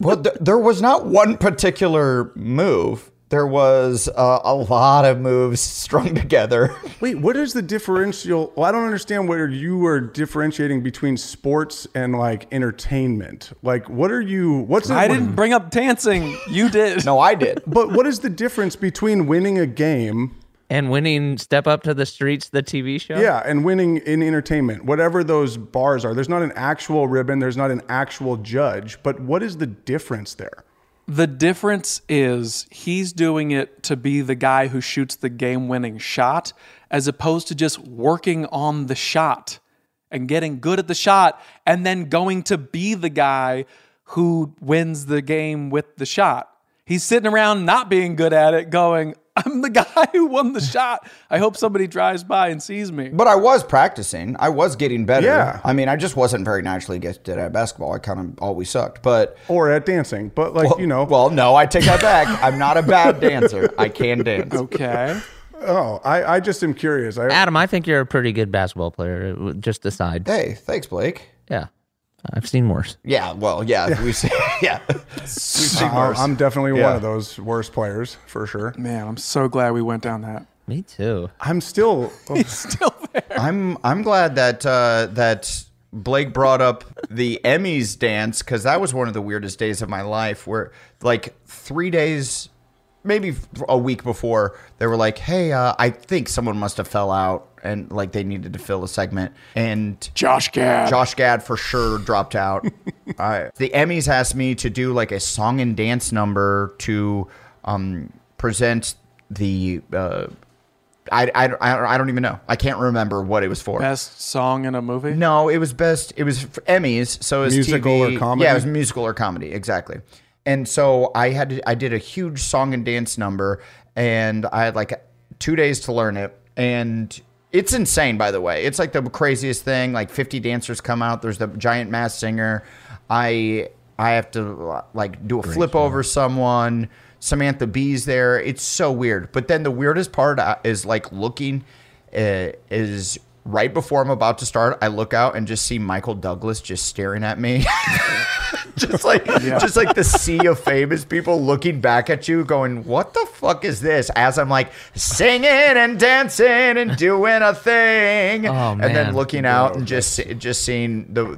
[SPEAKER 3] well, th- there was not one particular move. There was uh, a lot of moves strung together.
[SPEAKER 4] Wait, what is the differential? Well, I don't understand where you are differentiating between sports and like entertainment. Like, what are you? What's
[SPEAKER 6] I
[SPEAKER 4] what-
[SPEAKER 6] didn't bring up dancing. You did.
[SPEAKER 3] No, I did.
[SPEAKER 4] But what is the difference between winning a game?
[SPEAKER 1] And winning Step Up to the Streets, the TV show.
[SPEAKER 4] Yeah, and winning in entertainment, whatever those bars are. There's not an actual ribbon, there's not an actual judge, but what is the difference there?
[SPEAKER 6] The difference is he's doing it to be the guy who shoots the game winning shot as opposed to just working on the shot and getting good at the shot and then going to be the guy who wins the game with the shot. He's sitting around not being good at it, going, I'm the guy who won the shot. I hope somebody drives by and sees me.
[SPEAKER 3] But I was practicing. I was getting better.
[SPEAKER 4] Yeah.
[SPEAKER 3] I mean, I just wasn't very naturally gifted at basketball. I kind of always sucked. But
[SPEAKER 4] Or at dancing, but like, you know,
[SPEAKER 3] Well, no, I take that back. I'm not a bad dancer. I can dance.
[SPEAKER 6] Okay.
[SPEAKER 4] oh, I, I just am curious. I,
[SPEAKER 1] Adam, I think you're a pretty good basketball player. Just aside.
[SPEAKER 3] Hey, thanks, Blake.
[SPEAKER 1] Yeah. I've seen worse.
[SPEAKER 3] Yeah, well, yeah, we see, yeah.
[SPEAKER 4] uh, I'm definitely one
[SPEAKER 3] Yeah.
[SPEAKER 4] of those worst players for sure.
[SPEAKER 6] Man, I'm so glad we went down that.
[SPEAKER 1] Me too.
[SPEAKER 4] I'm still,
[SPEAKER 6] Still there.
[SPEAKER 3] I'm I'm glad that uh, that Blake brought up the Emmys dance because that was one of the weirdest days of my life. Where like three days, maybe a week before, they were like, "Hey, uh, I think someone must have fell out." And like they needed to fill a segment, and
[SPEAKER 6] Josh Gad.
[SPEAKER 3] Josh Gad for sure dropped out. I, the Emmys asked me to do like a song and dance number to um, present the. Uh, I, I, I, I don't even know. I can't remember what it was for.
[SPEAKER 6] Best song in a movie?
[SPEAKER 3] No, it was best. It was for Emmys, so it was
[SPEAKER 4] Musical
[SPEAKER 3] TV.
[SPEAKER 4] or comedy?
[SPEAKER 3] Yeah, it was musical or comedy, exactly. And so I had to, I did a huge song and dance number, and I had like two days to learn it, and it's insane. By the way, it's like the craziest thing. Like fifty dancers come out. There's the giant mass singer. I I have to like do a flip over someone. Samantha Bee's there. It's so weird. But then the weirdest part uh, is like looking uh, is right before I'm about to start, I look out and just see Michael Douglas just staring at me. just like just like the sea of famous people looking back at you going, "What the fuck is this?" as I'm like singing and dancing and doing a thing
[SPEAKER 1] Oh,
[SPEAKER 3] and then
[SPEAKER 1] man.
[SPEAKER 3] looking out and just just seeing the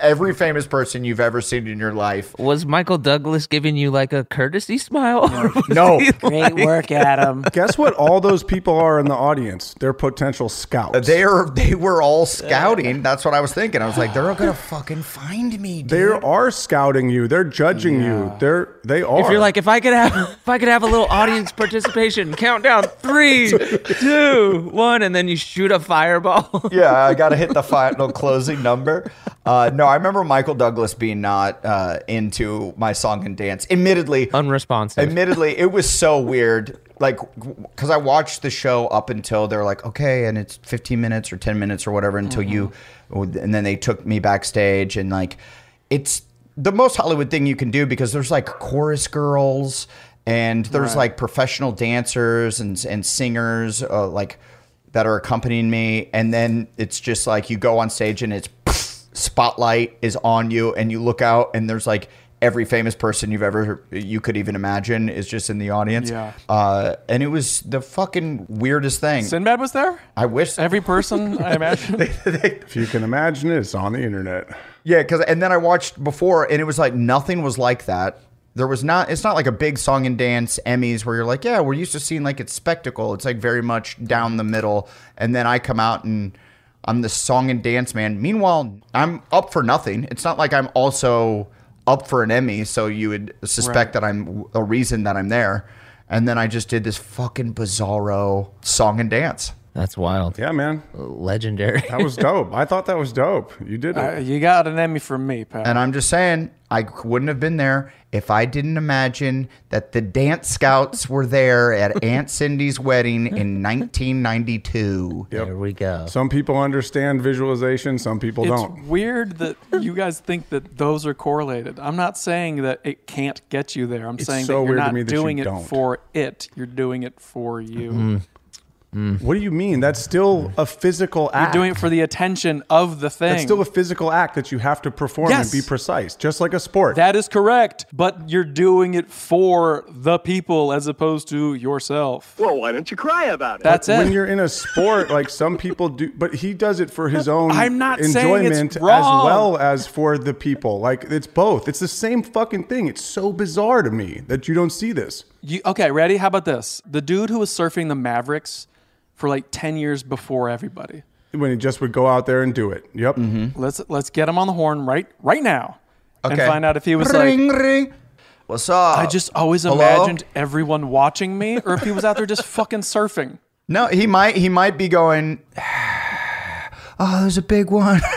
[SPEAKER 3] every famous person you've ever seen in your life.
[SPEAKER 1] Was Michael Douglas giving you like a courtesy smile? Or was
[SPEAKER 3] No.
[SPEAKER 1] he
[SPEAKER 6] Great work, Adam.
[SPEAKER 4] guess what all those people are in the audience? They're potential scouts.
[SPEAKER 3] They're they were all scouting. That's what I was thinking. I was like, they're gonna fucking find me. Dude.
[SPEAKER 4] they are scouting you. They're judging you. They're they are.
[SPEAKER 1] If you're like, if I could have, if I could have a little audience participation, countdown three, two, one, and then you shoot a fireball.
[SPEAKER 3] yeah, I got to hit the final closing number. Uh, no, I remember Michael Douglas being not uh, into my song and dance. Admittedly,
[SPEAKER 1] unresponsive.
[SPEAKER 3] Admittedly, it was so weird. Like, because I watched the show up until they're like, okay, and it's 15 minutes or 10 minutes or whatever until you, and then they took me backstage and like, it's the most Hollywood thing you can do because there's like chorus girls and there's
[SPEAKER 11] Right.
[SPEAKER 3] like professional dancers and and singers uh, like that are accompanying me and then it's just like you go on stage and it's spotlight is on you and you look out and there's like every famous person you've ever you could even imagine is just in the audience
[SPEAKER 6] Yeah.
[SPEAKER 3] uh, and it was the fucking weirdest thing
[SPEAKER 6] Sinbad was there.
[SPEAKER 3] i wish
[SPEAKER 6] Every person I imagine.
[SPEAKER 4] If you can imagine it, it's on the internet.
[SPEAKER 3] Yeah, because and then I watched before, and it was like nothing was like that. There was not. It's not like a big song and dance Emmys where you're like, yeah, we're used to seeing like it's spectacle. It's like very much down the middle, and then I come out and I'm the song and dance man. Meanwhile, I'm up for nothing. It's not like I'm also up for an Emmy, so you would suspect that I'm a reason that I'm there. And then I just did this fucking bizarro song and dance.
[SPEAKER 1] That's wild.
[SPEAKER 4] Yeah, man.
[SPEAKER 1] Legendary.
[SPEAKER 4] That was dope. I thought that was dope. You did it.
[SPEAKER 6] Uh, you got an Emmy from me, pal.
[SPEAKER 3] And I'm just saying, I wouldn't have been there if I didn't imagine that the dance scouts were there at Aunt Cindy's wedding in 1992.
[SPEAKER 1] There we go.
[SPEAKER 4] Some people understand visualization, some people
[SPEAKER 6] it's
[SPEAKER 4] don't.
[SPEAKER 6] weird that you guys think that those are correlated. I'm not saying that it can't get you there. I'm
[SPEAKER 4] It's
[SPEAKER 6] saying
[SPEAKER 4] so
[SPEAKER 6] that you're
[SPEAKER 4] weird to
[SPEAKER 6] not
[SPEAKER 4] me that you
[SPEAKER 6] doing it
[SPEAKER 4] don't. Mm-hmm.
[SPEAKER 6] for it. You're doing it for you.
[SPEAKER 4] What do you mean? That's still a physical
[SPEAKER 6] You're
[SPEAKER 4] act.
[SPEAKER 6] doing it for the attention of the thing.
[SPEAKER 4] That's still a physical act that you have to perform
[SPEAKER 6] Yes.
[SPEAKER 4] and be precise, just like a sport.
[SPEAKER 6] that is correct, but you're doing it for the people as opposed to yourself.
[SPEAKER 13] Well, why don't you cry about it?
[SPEAKER 6] That's
[SPEAKER 4] when
[SPEAKER 6] it.
[SPEAKER 4] you're in a sport, like some people do, but he does it for his own
[SPEAKER 6] I'm not saying it's
[SPEAKER 4] enjoyment as
[SPEAKER 6] wrong.
[SPEAKER 4] well as for the people. Like it's both. It's the same fucking thing. It's so bizarre to me that you don't see this.
[SPEAKER 6] You, okay, ready? How about this? The dude who was surfing the Mavericks for like 10 years before everybody.
[SPEAKER 4] When he just would go out there and do it. Yep.
[SPEAKER 6] Let's let's get him on the horn right right now and
[SPEAKER 3] Okay.
[SPEAKER 6] find out if he was like
[SPEAKER 3] ring, ring. What's up?
[SPEAKER 6] I just always
[SPEAKER 3] Hello?
[SPEAKER 6] imagined everyone watching me, or if he was out there just fucking surfing.
[SPEAKER 3] No, he might. He might be going. Oh, there's a big one.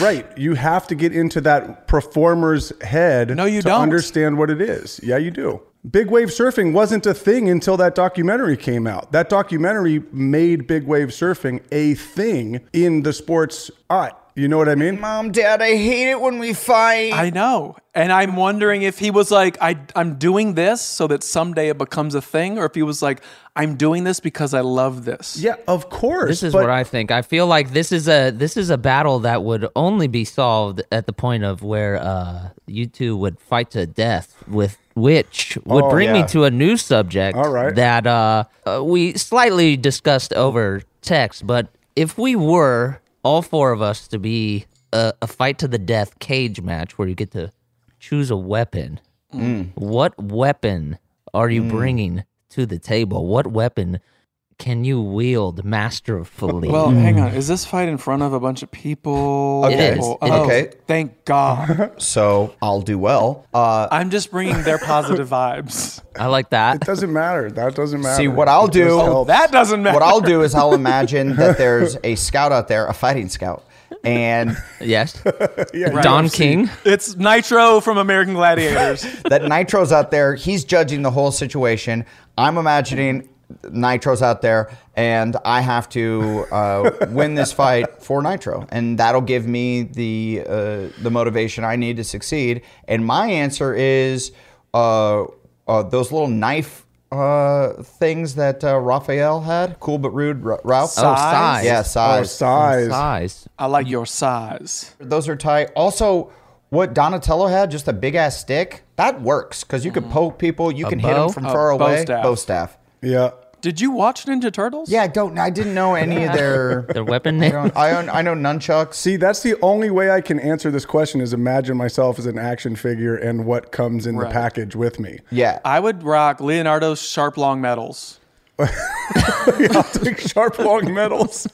[SPEAKER 4] Right. You have to get into that performer's head
[SPEAKER 6] No, you
[SPEAKER 4] to
[SPEAKER 6] don't.
[SPEAKER 4] understand what it is. Yeah, you do. Big wave surfing wasn't a thing until that documentary came out. That documentary made big wave surfing a thing in the sports eye. You know what I mean?
[SPEAKER 3] Mom, Dad, I hate it when we fight.
[SPEAKER 6] I know, and I'm wondering if he was like, I I'm doing this so that someday it becomes a thing, or if he was like, I'm doing this because I love this.
[SPEAKER 4] Yeah, of course.
[SPEAKER 1] This is
[SPEAKER 4] but-
[SPEAKER 1] what I think. I feel like this is a this is a battle that would only be solved at the point of where uh, you two would fight to death with which would
[SPEAKER 4] Oh,
[SPEAKER 1] bring
[SPEAKER 4] yeah.
[SPEAKER 1] me to a new subject
[SPEAKER 4] All right.
[SPEAKER 1] that uh, uh, we slightly discussed over text, but if we were all four of us to be a, a fight to the death cage match where you get to choose a weapon,
[SPEAKER 4] Mm.
[SPEAKER 1] what weapon are you bringing to the table? What weapon can you wield masterfully?
[SPEAKER 6] Well, hang on. Is this fight in front of a bunch of people?
[SPEAKER 3] It
[SPEAKER 1] is.
[SPEAKER 6] Oh,
[SPEAKER 1] It is.
[SPEAKER 3] Okay.
[SPEAKER 6] Thank God.
[SPEAKER 3] So I'll do well. Uh,
[SPEAKER 6] I'm just bringing their positive vibes.
[SPEAKER 1] I like that.
[SPEAKER 4] doesn't matter. That doesn't matter.
[SPEAKER 3] see what I'll
[SPEAKER 4] It just
[SPEAKER 3] do.
[SPEAKER 4] helps.
[SPEAKER 6] That doesn't matter.
[SPEAKER 3] What I'll do is I'll imagine that there's a scout out there, a fighting scout, and
[SPEAKER 1] Yes.
[SPEAKER 4] Yeah, you
[SPEAKER 1] Don
[SPEAKER 4] don't see-
[SPEAKER 1] King.
[SPEAKER 6] It's Nitro from American Gladiators.
[SPEAKER 3] that Nitro's out there. He's judging the whole situation. I'm imagining Nitro's out there, and I have to uh, win this fight for Nitro, and that'll give me the uh, the motivation I need to succeed. And my answer is uh, uh, those little knife. Uh, things that uh, Raphael had, cool but rude. Ra- Ralph,
[SPEAKER 1] Oh, size.
[SPEAKER 3] yeah,
[SPEAKER 4] Oh,
[SPEAKER 3] size.
[SPEAKER 4] size.
[SPEAKER 1] Size.
[SPEAKER 6] I like your size.
[SPEAKER 3] Those are tight. Also, what Donatello had, just a big ass stick, that works because you can poke people, you can hit
[SPEAKER 1] bow?
[SPEAKER 3] them from far
[SPEAKER 6] Mm-hmm. A bow
[SPEAKER 3] away.
[SPEAKER 6] staff.
[SPEAKER 3] Bow staff.
[SPEAKER 4] Yeah.
[SPEAKER 6] Did you watch Ninja Turtles?
[SPEAKER 3] Yeah, I don't. I didn't know any of their.
[SPEAKER 1] Their weapon
[SPEAKER 3] I,
[SPEAKER 1] name.
[SPEAKER 3] don't, I, own, I know nunchucks.
[SPEAKER 4] See, that's the only way I can answer this question is imagine myself as an action figure and what comes in
[SPEAKER 6] Right.
[SPEAKER 4] the package with me.
[SPEAKER 3] yeah,
[SPEAKER 6] I would rock Leonardo's sharp long medals.
[SPEAKER 4] I'll take sharp long medals.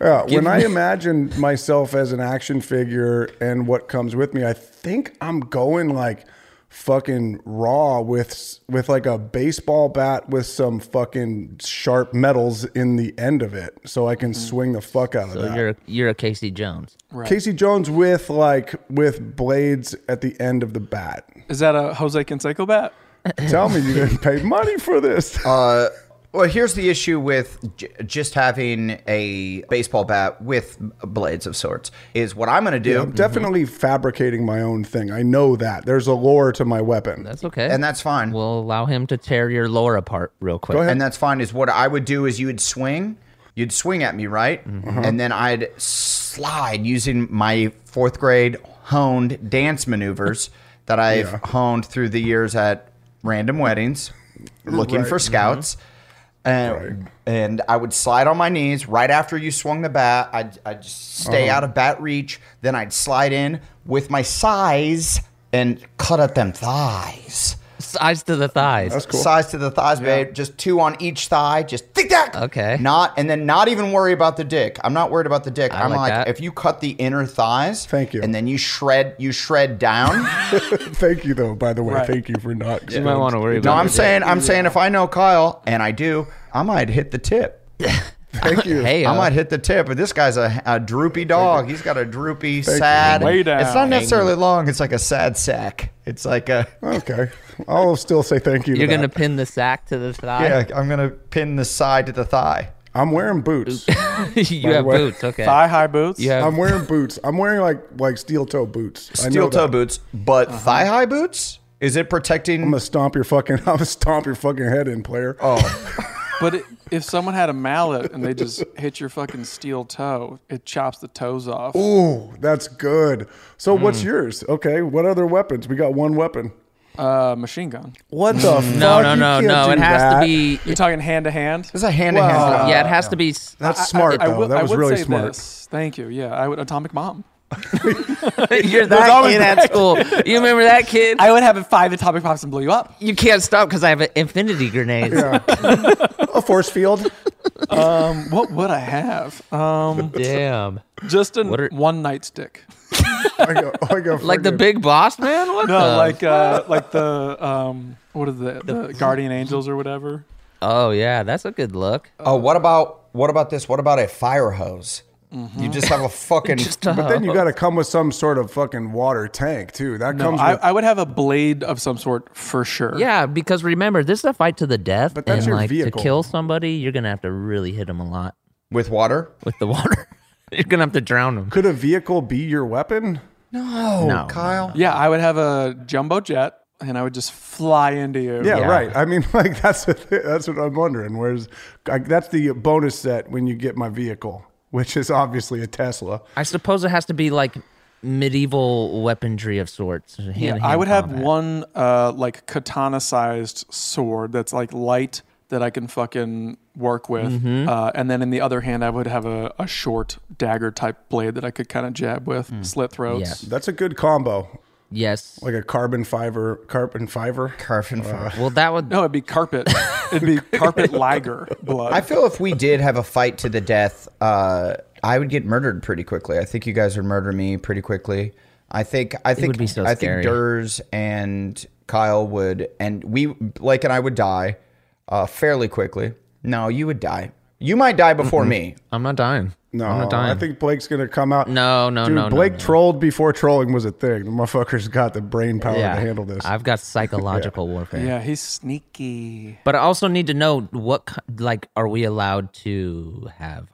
[SPEAKER 4] yeah, when I imagine myself as an action figure and what comes with me, I think I'm going like fucking raw with with like a baseball bat with some fucking sharp metals in the end of it, so I can swing the fuck out of
[SPEAKER 1] Mm-hmm. So
[SPEAKER 4] that.
[SPEAKER 1] you're you're a Casey Jones.
[SPEAKER 4] Casey Jones with like with blades at the end of the bat.
[SPEAKER 6] Is that a Jose Canseco bat?
[SPEAKER 4] Tell me you didn't pay money for this.
[SPEAKER 3] Uh, well, here's the issue with j- just having a baseball bat with blades of sorts. Is what I'm going to do.
[SPEAKER 4] Yeah, I'm definitely fabricating my own thing. I know that. There's a lore to my weapon.
[SPEAKER 1] That's okay.
[SPEAKER 3] And that's fine.
[SPEAKER 1] We'll allow him to tear your lore apart real quick.
[SPEAKER 3] And that's fine. Is what I would do is you would swing, you'd swing at me, right?
[SPEAKER 4] Mm-hmm.
[SPEAKER 3] And then I'd slide using my fourth grade honed dance maneuvers that I've
[SPEAKER 4] Yeah.
[SPEAKER 3] honed through the years at random weddings, looking
[SPEAKER 4] Right.
[SPEAKER 3] for
[SPEAKER 4] Mhm.
[SPEAKER 3] scouts. And, and I would slide on my knees right after you swung the bat. I'd, I'd just stay
[SPEAKER 4] Uh-huh.
[SPEAKER 3] out of bat reach. Then I'd slide in with my size and cut at them thighs
[SPEAKER 1] Size to the thighs.
[SPEAKER 3] size to the thighs, babe. Just two on each thigh. Just thick that.
[SPEAKER 1] Okay.
[SPEAKER 3] Not and then not even worry about the dick. I'm not worried about the dick.
[SPEAKER 1] I
[SPEAKER 3] I'm
[SPEAKER 1] like
[SPEAKER 3] like,
[SPEAKER 1] that.
[SPEAKER 3] if you cut the inner thighs,
[SPEAKER 4] Thank you.
[SPEAKER 3] and then you shred, you shred down.
[SPEAKER 4] Thank you though. By the way,
[SPEAKER 6] Right.
[SPEAKER 4] thank you for not.
[SPEAKER 1] You might want to worry
[SPEAKER 3] no,
[SPEAKER 1] about.
[SPEAKER 3] I'm
[SPEAKER 1] it.
[SPEAKER 3] saying, I'm saying, if I know Kyle and I do, I might hit the tip.
[SPEAKER 4] Thank you.
[SPEAKER 1] Hey,
[SPEAKER 3] I
[SPEAKER 1] uh,
[SPEAKER 3] might hit the tip, but this guy's a, a droopy dog. He's got a droopy, sad.
[SPEAKER 6] Way down.
[SPEAKER 3] It's not necessarily long. It's like a sad sack. It's like a
[SPEAKER 4] Okay, I'll still say thank you. to
[SPEAKER 1] you're gonna
[SPEAKER 4] that.
[SPEAKER 1] pin the sack to the thigh.
[SPEAKER 3] yeah. I'm gonna pin the side to the thigh.
[SPEAKER 4] I'm wearing boots.
[SPEAKER 1] you have
[SPEAKER 4] way.
[SPEAKER 1] boots. Okay.
[SPEAKER 6] Thigh high boots.
[SPEAKER 1] You have
[SPEAKER 4] I'm wearing boots. I'm wearing like like steel toe boots. I know
[SPEAKER 3] Steel toe
[SPEAKER 4] that. Uh-huh.
[SPEAKER 3] boots, but thigh high boots. Is it protecting?
[SPEAKER 4] I'm gonna stomp your fucking. I'm gonna stomp your fucking head in, player.
[SPEAKER 3] Oh,
[SPEAKER 6] But it, if someone had a mallet and they just hit your fucking steel toe, it chops the toes off.
[SPEAKER 4] Ooh, that's good. So
[SPEAKER 1] Hmm.
[SPEAKER 4] what's yours? Okay, what other weapons? We got one weapon.
[SPEAKER 6] Uh, machine gun.
[SPEAKER 4] What the fuck?
[SPEAKER 1] Mm, no, no,
[SPEAKER 4] You
[SPEAKER 1] no,
[SPEAKER 4] can't
[SPEAKER 1] no.
[SPEAKER 4] do
[SPEAKER 1] It has
[SPEAKER 4] that.
[SPEAKER 1] to be.
[SPEAKER 6] You're talking hand to hand.
[SPEAKER 3] it's a hand to hand.
[SPEAKER 1] yeah, it has to be. s-
[SPEAKER 4] That's smart
[SPEAKER 6] I
[SPEAKER 4] though.
[SPEAKER 6] will- I
[SPEAKER 4] that was
[SPEAKER 6] would
[SPEAKER 4] really
[SPEAKER 6] say
[SPEAKER 4] smart.
[SPEAKER 6] this. Thank you. Yeah, I would atomic bomb.
[SPEAKER 1] You're that kid at school. You remember that kid?
[SPEAKER 6] I would have five atomic bombs and blow you up.
[SPEAKER 1] you can't stop because I have an infinity grenade.
[SPEAKER 4] A force field.
[SPEAKER 6] Um, what would I have? Um,
[SPEAKER 1] Damn.
[SPEAKER 6] just a
[SPEAKER 1] What are-
[SPEAKER 6] one night stick.
[SPEAKER 4] I go, I go
[SPEAKER 1] Like the
[SPEAKER 4] fucking-
[SPEAKER 1] big boss man? What
[SPEAKER 6] No,
[SPEAKER 1] the?
[SPEAKER 6] like uh, like the um, what are the, the guardian angels or whatever?
[SPEAKER 1] oh, yeah, that's a good look.
[SPEAKER 3] Oh, what about what about this? What about a fire hose?
[SPEAKER 4] Mm-hmm.
[SPEAKER 3] You just have a fucking.
[SPEAKER 1] Just a-
[SPEAKER 4] But then you got to come with some sort of fucking water tank too. That
[SPEAKER 6] No,
[SPEAKER 4] comes
[SPEAKER 6] I,
[SPEAKER 4] with.
[SPEAKER 6] I would have a blade of some sort for sure.
[SPEAKER 1] yeah, because remember, this is a fight to the death.
[SPEAKER 4] But that's
[SPEAKER 1] and
[SPEAKER 4] your
[SPEAKER 1] like
[SPEAKER 4] vehicle.
[SPEAKER 1] to kill somebody, you're going to have to really hit them a lot
[SPEAKER 3] with water?
[SPEAKER 1] with the water. you're going to have to drown them.
[SPEAKER 4] could a vehicle be your weapon? Oh,
[SPEAKER 3] No,
[SPEAKER 1] No.
[SPEAKER 3] Kyle.
[SPEAKER 6] Yeah, I would have a jumbo jet and I would just fly into you.
[SPEAKER 4] Yeah,
[SPEAKER 1] Yeah.
[SPEAKER 4] right. I mean, like that's what, that's what I'm wondering. Where's like, that's the bonus set when you get my vehicle, which is obviously a Tesla.
[SPEAKER 1] I suppose it has to be like medieval weaponry of sorts.
[SPEAKER 6] Yeah,
[SPEAKER 1] hand-to-hand
[SPEAKER 6] I would have
[SPEAKER 1] combat.
[SPEAKER 6] one uh, like katana sized sword that's like light that I can fucking work with. Uh, and then in the other hand, I would have a, a short dagger type blade that I could kind of jab with, slit throats.
[SPEAKER 1] Yes.
[SPEAKER 4] That's a good combo,
[SPEAKER 1] Yes.
[SPEAKER 4] like a carbon fiber, carbon fiber.
[SPEAKER 3] Carfin fire.
[SPEAKER 1] well, that would.
[SPEAKER 6] No, Oh, it'd be carpet. it'd be carpet liger blood.
[SPEAKER 3] I feel if we did have a fight to the death, uh, I would get murdered pretty quickly. I think you guys would murder me pretty quickly. I think I think
[SPEAKER 1] would be so
[SPEAKER 3] I
[SPEAKER 1] scary.
[SPEAKER 3] think Durs and Kyle would and we Blake and I would die uh, fairly quickly. No, you would die. You might die before me.
[SPEAKER 1] I'm not dying.
[SPEAKER 4] No,
[SPEAKER 1] I'm not dying.
[SPEAKER 4] I think Blake's gonna come out.
[SPEAKER 1] No, no,
[SPEAKER 4] Dude,
[SPEAKER 1] no, no,
[SPEAKER 4] Blake
[SPEAKER 1] no.
[SPEAKER 4] trolled before trolling was a thing. The motherfucker's got the brain power
[SPEAKER 1] yeah,
[SPEAKER 4] to handle this.
[SPEAKER 1] I've got psychological warfare.
[SPEAKER 6] yeah, he's sneaky.
[SPEAKER 1] But I also need to know what, ki- like, are we allowed to have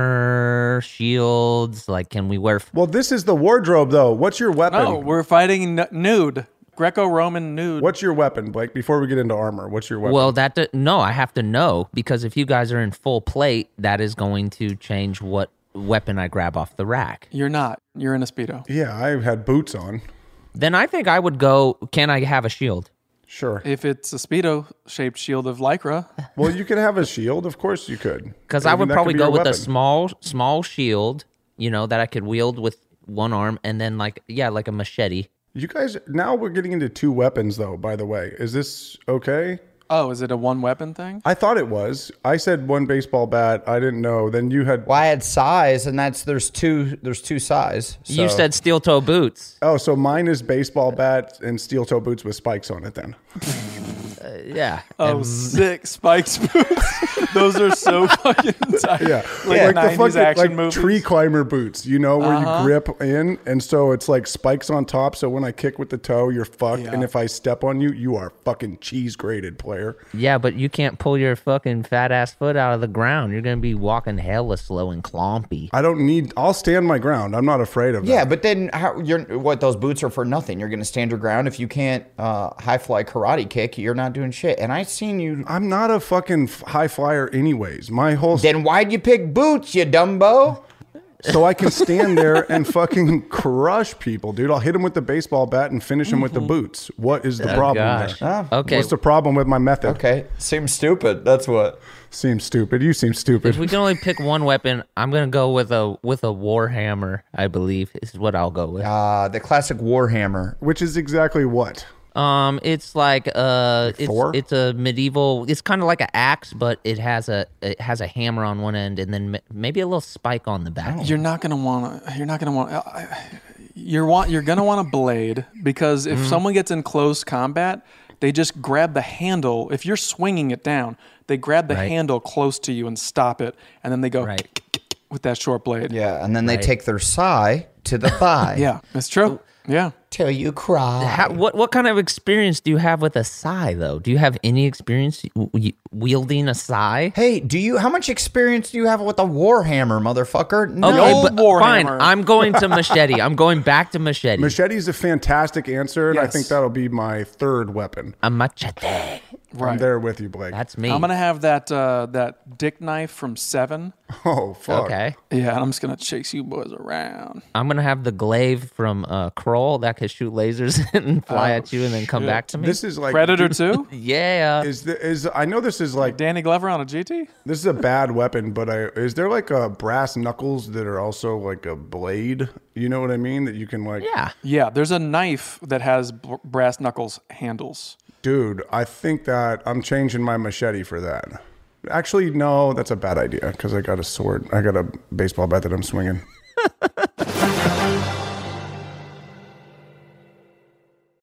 [SPEAKER 1] armor, shields? Like, can we wear? f-
[SPEAKER 4] well, this is the wardrobe though. What's
[SPEAKER 1] Oh,
[SPEAKER 4] your weapon?
[SPEAKER 6] No, Oh, we're fighting n- nude. Greco Roman nude.
[SPEAKER 4] What's your weapon, Blake? Before we get into armor, what's your weapon?
[SPEAKER 1] Well, that d no, I have to know because if you guys are in full plate, that is going to change what weapon I grab off the rack.
[SPEAKER 6] You're not. You're in a Speedo.
[SPEAKER 4] yeah, I had boots on.
[SPEAKER 1] Then I think I would go. Can I have a shield?
[SPEAKER 4] Sure.
[SPEAKER 6] If it's a Speedo shaped shield of Lycra,
[SPEAKER 4] Well, you could have a shield. Of course, you could.
[SPEAKER 1] Because I
[SPEAKER 4] mean,
[SPEAKER 1] would
[SPEAKER 4] that could
[SPEAKER 1] probably
[SPEAKER 4] be
[SPEAKER 1] go
[SPEAKER 4] your
[SPEAKER 1] with a
[SPEAKER 4] weapon.
[SPEAKER 1] small, small shield, you know, that I could wield with one arm, and then like, yeah, like a machete.
[SPEAKER 4] You guys, now we're getting into two weapons, though. By the way, is this okay?
[SPEAKER 6] Oh, is it a one weapon thing?
[SPEAKER 4] I thought it was. I said one baseball bat. I didn't know. Then you had.
[SPEAKER 3] Well, I had size, and that's there's two. There's two size.
[SPEAKER 1] You
[SPEAKER 3] so-
[SPEAKER 1] said steel toe boots.
[SPEAKER 4] Oh, so mine is baseball bat and steel toe boots with spikes on it. Then
[SPEAKER 1] yeah.
[SPEAKER 6] Oh, sick spikes boots. Those are so fucking tight.
[SPEAKER 4] yeah,
[SPEAKER 6] Like,
[SPEAKER 4] the
[SPEAKER 6] 90s action
[SPEAKER 4] like
[SPEAKER 6] movies.
[SPEAKER 4] tree climber boots. You know where
[SPEAKER 6] Uh-huh.
[SPEAKER 4] you grip in, and so it's like spikes on top. So when I kick with the toe, you're fucked.
[SPEAKER 6] Yeah.
[SPEAKER 4] And if I step on you, you are fucking cheese grated player.
[SPEAKER 1] Yeah, but you can't pull your fucking fat ass foot out of the ground. You're gonna be walking hella slow and clompy.
[SPEAKER 4] I don't need. I'll stand my ground. I'm not afraid of that.
[SPEAKER 3] Yeah, but then how, you're what? Those boots are for nothing. You're going to stand your ground if you can't uh, high fly karate kick. You're not doing shit. And I seen you.
[SPEAKER 4] I'm not a fucking f- high flyer, anyways. My whole
[SPEAKER 3] Then why'd you pick boots, you dumbo?
[SPEAKER 4] so I can stand there and fucking crush people, dude. I'll hit them with the baseball bat and finish them with the boots. What is the
[SPEAKER 1] Oh,
[SPEAKER 4] problem
[SPEAKER 1] gosh.
[SPEAKER 4] there?
[SPEAKER 1] Oh. Okay.
[SPEAKER 4] What's the problem with my method?
[SPEAKER 3] Okay, seems stupid. That's what.
[SPEAKER 4] Seems stupid. You seem stupid.
[SPEAKER 1] If we can only pick one weapon, I'm gonna go with a with a warhammer. I believe is what I'll go with.
[SPEAKER 3] Uh, the classic warhammer.
[SPEAKER 4] Which is exactly what?
[SPEAKER 1] Um, it's like uh, it's
[SPEAKER 4] four?
[SPEAKER 1] it's a medieval. It's kind of like an axe, but it has a it has a hammer on one end and then ma- maybe a little spike on the back.
[SPEAKER 6] You're not gonna want to. You're not gonna want. You're want. You're gonna want a blade because
[SPEAKER 1] Mm-hmm.
[SPEAKER 6] if someone gets in close combat, they just grab the handle. If you're swinging it down, they grab the
[SPEAKER 1] Right.
[SPEAKER 6] handle close to you and stop it, and then they go
[SPEAKER 1] Right.
[SPEAKER 6] with that short blade.
[SPEAKER 3] Yeah, and then they
[SPEAKER 1] Right.
[SPEAKER 3] take their sigh to the thigh.
[SPEAKER 6] yeah, that's true. Yeah,
[SPEAKER 3] till you cry.
[SPEAKER 1] How, what what kind of experience do you have with a sai though? Do you have any experience w- w- wielding a sai?
[SPEAKER 3] Hey, do you? How much experience do you have with a warhammer, motherfucker? No.
[SPEAKER 1] Okay, but
[SPEAKER 6] old warhammer.
[SPEAKER 1] fine. I'm going to machete. I'm going back to machete.
[SPEAKER 4] Machete is a fantastic answer, and I
[SPEAKER 6] Yes.
[SPEAKER 4] think that'll be my third weapon.
[SPEAKER 1] a machete.
[SPEAKER 4] I'm there with you, Blake.
[SPEAKER 1] That's me.
[SPEAKER 6] I'm gonna have that uh, that dick knife from Seven.
[SPEAKER 4] oh fuck.
[SPEAKER 1] okay.
[SPEAKER 6] Yeah, and I'm just gonna chase you boys around.
[SPEAKER 1] I'm gonna have the glaive from uh, Kroll that can shoot lasers and fly
[SPEAKER 6] Oh,
[SPEAKER 1] at you and then come
[SPEAKER 6] shit.
[SPEAKER 1] back to me.
[SPEAKER 4] This is like
[SPEAKER 6] Predator Two,
[SPEAKER 1] yeah.
[SPEAKER 4] Is the, is I know this is like
[SPEAKER 6] Danny Glover on a GT.
[SPEAKER 4] this is a bad weapon, but I is there like a brass knuckles that are also like a blade? You know what I mean? That you can like
[SPEAKER 1] Yeah.
[SPEAKER 6] Yeah, there's a knife that has br- brass knuckles handles.
[SPEAKER 4] Dude, I think that I'm changing my machete for that. Actually, no, that's a bad idea because I got a sword. I got a baseball bat that I'm swinging.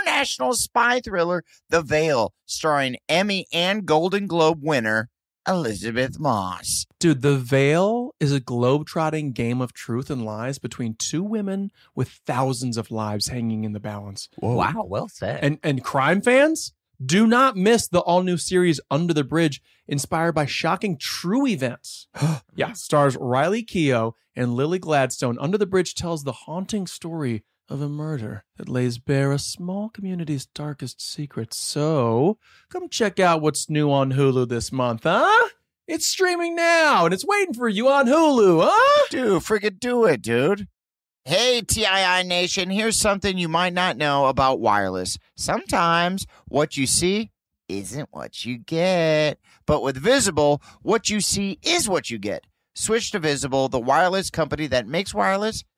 [SPEAKER 9] international spy thriller the Veil, starring Emmy and Golden Globe winner Elizabeth Moss.
[SPEAKER 6] Dude, The Veil is a globe-trotting game of truth and lies between two women with thousands of lives hanging in the balance.
[SPEAKER 1] Wow. Well said.
[SPEAKER 6] And and crime fans, do not miss the all-new series Under the Bridge, inspired by shocking true events. yeah, stars Riley Keough and Lily Gladstone. Under the Bridge tells the haunting story of a murder that lays bare a small community's darkest secrets. So, come check out what's new on Hulu this month, huh? It's streaming now and it's waiting for you on Hulu, huh?
[SPEAKER 9] Dude, friggin' do it, dude. Hey, TII Nation, here's something you might not know about wireless. Sometimes what you see isn't what you get. But with Visible, what you see is what you get. Switch to Visible, the wireless company that makes wireless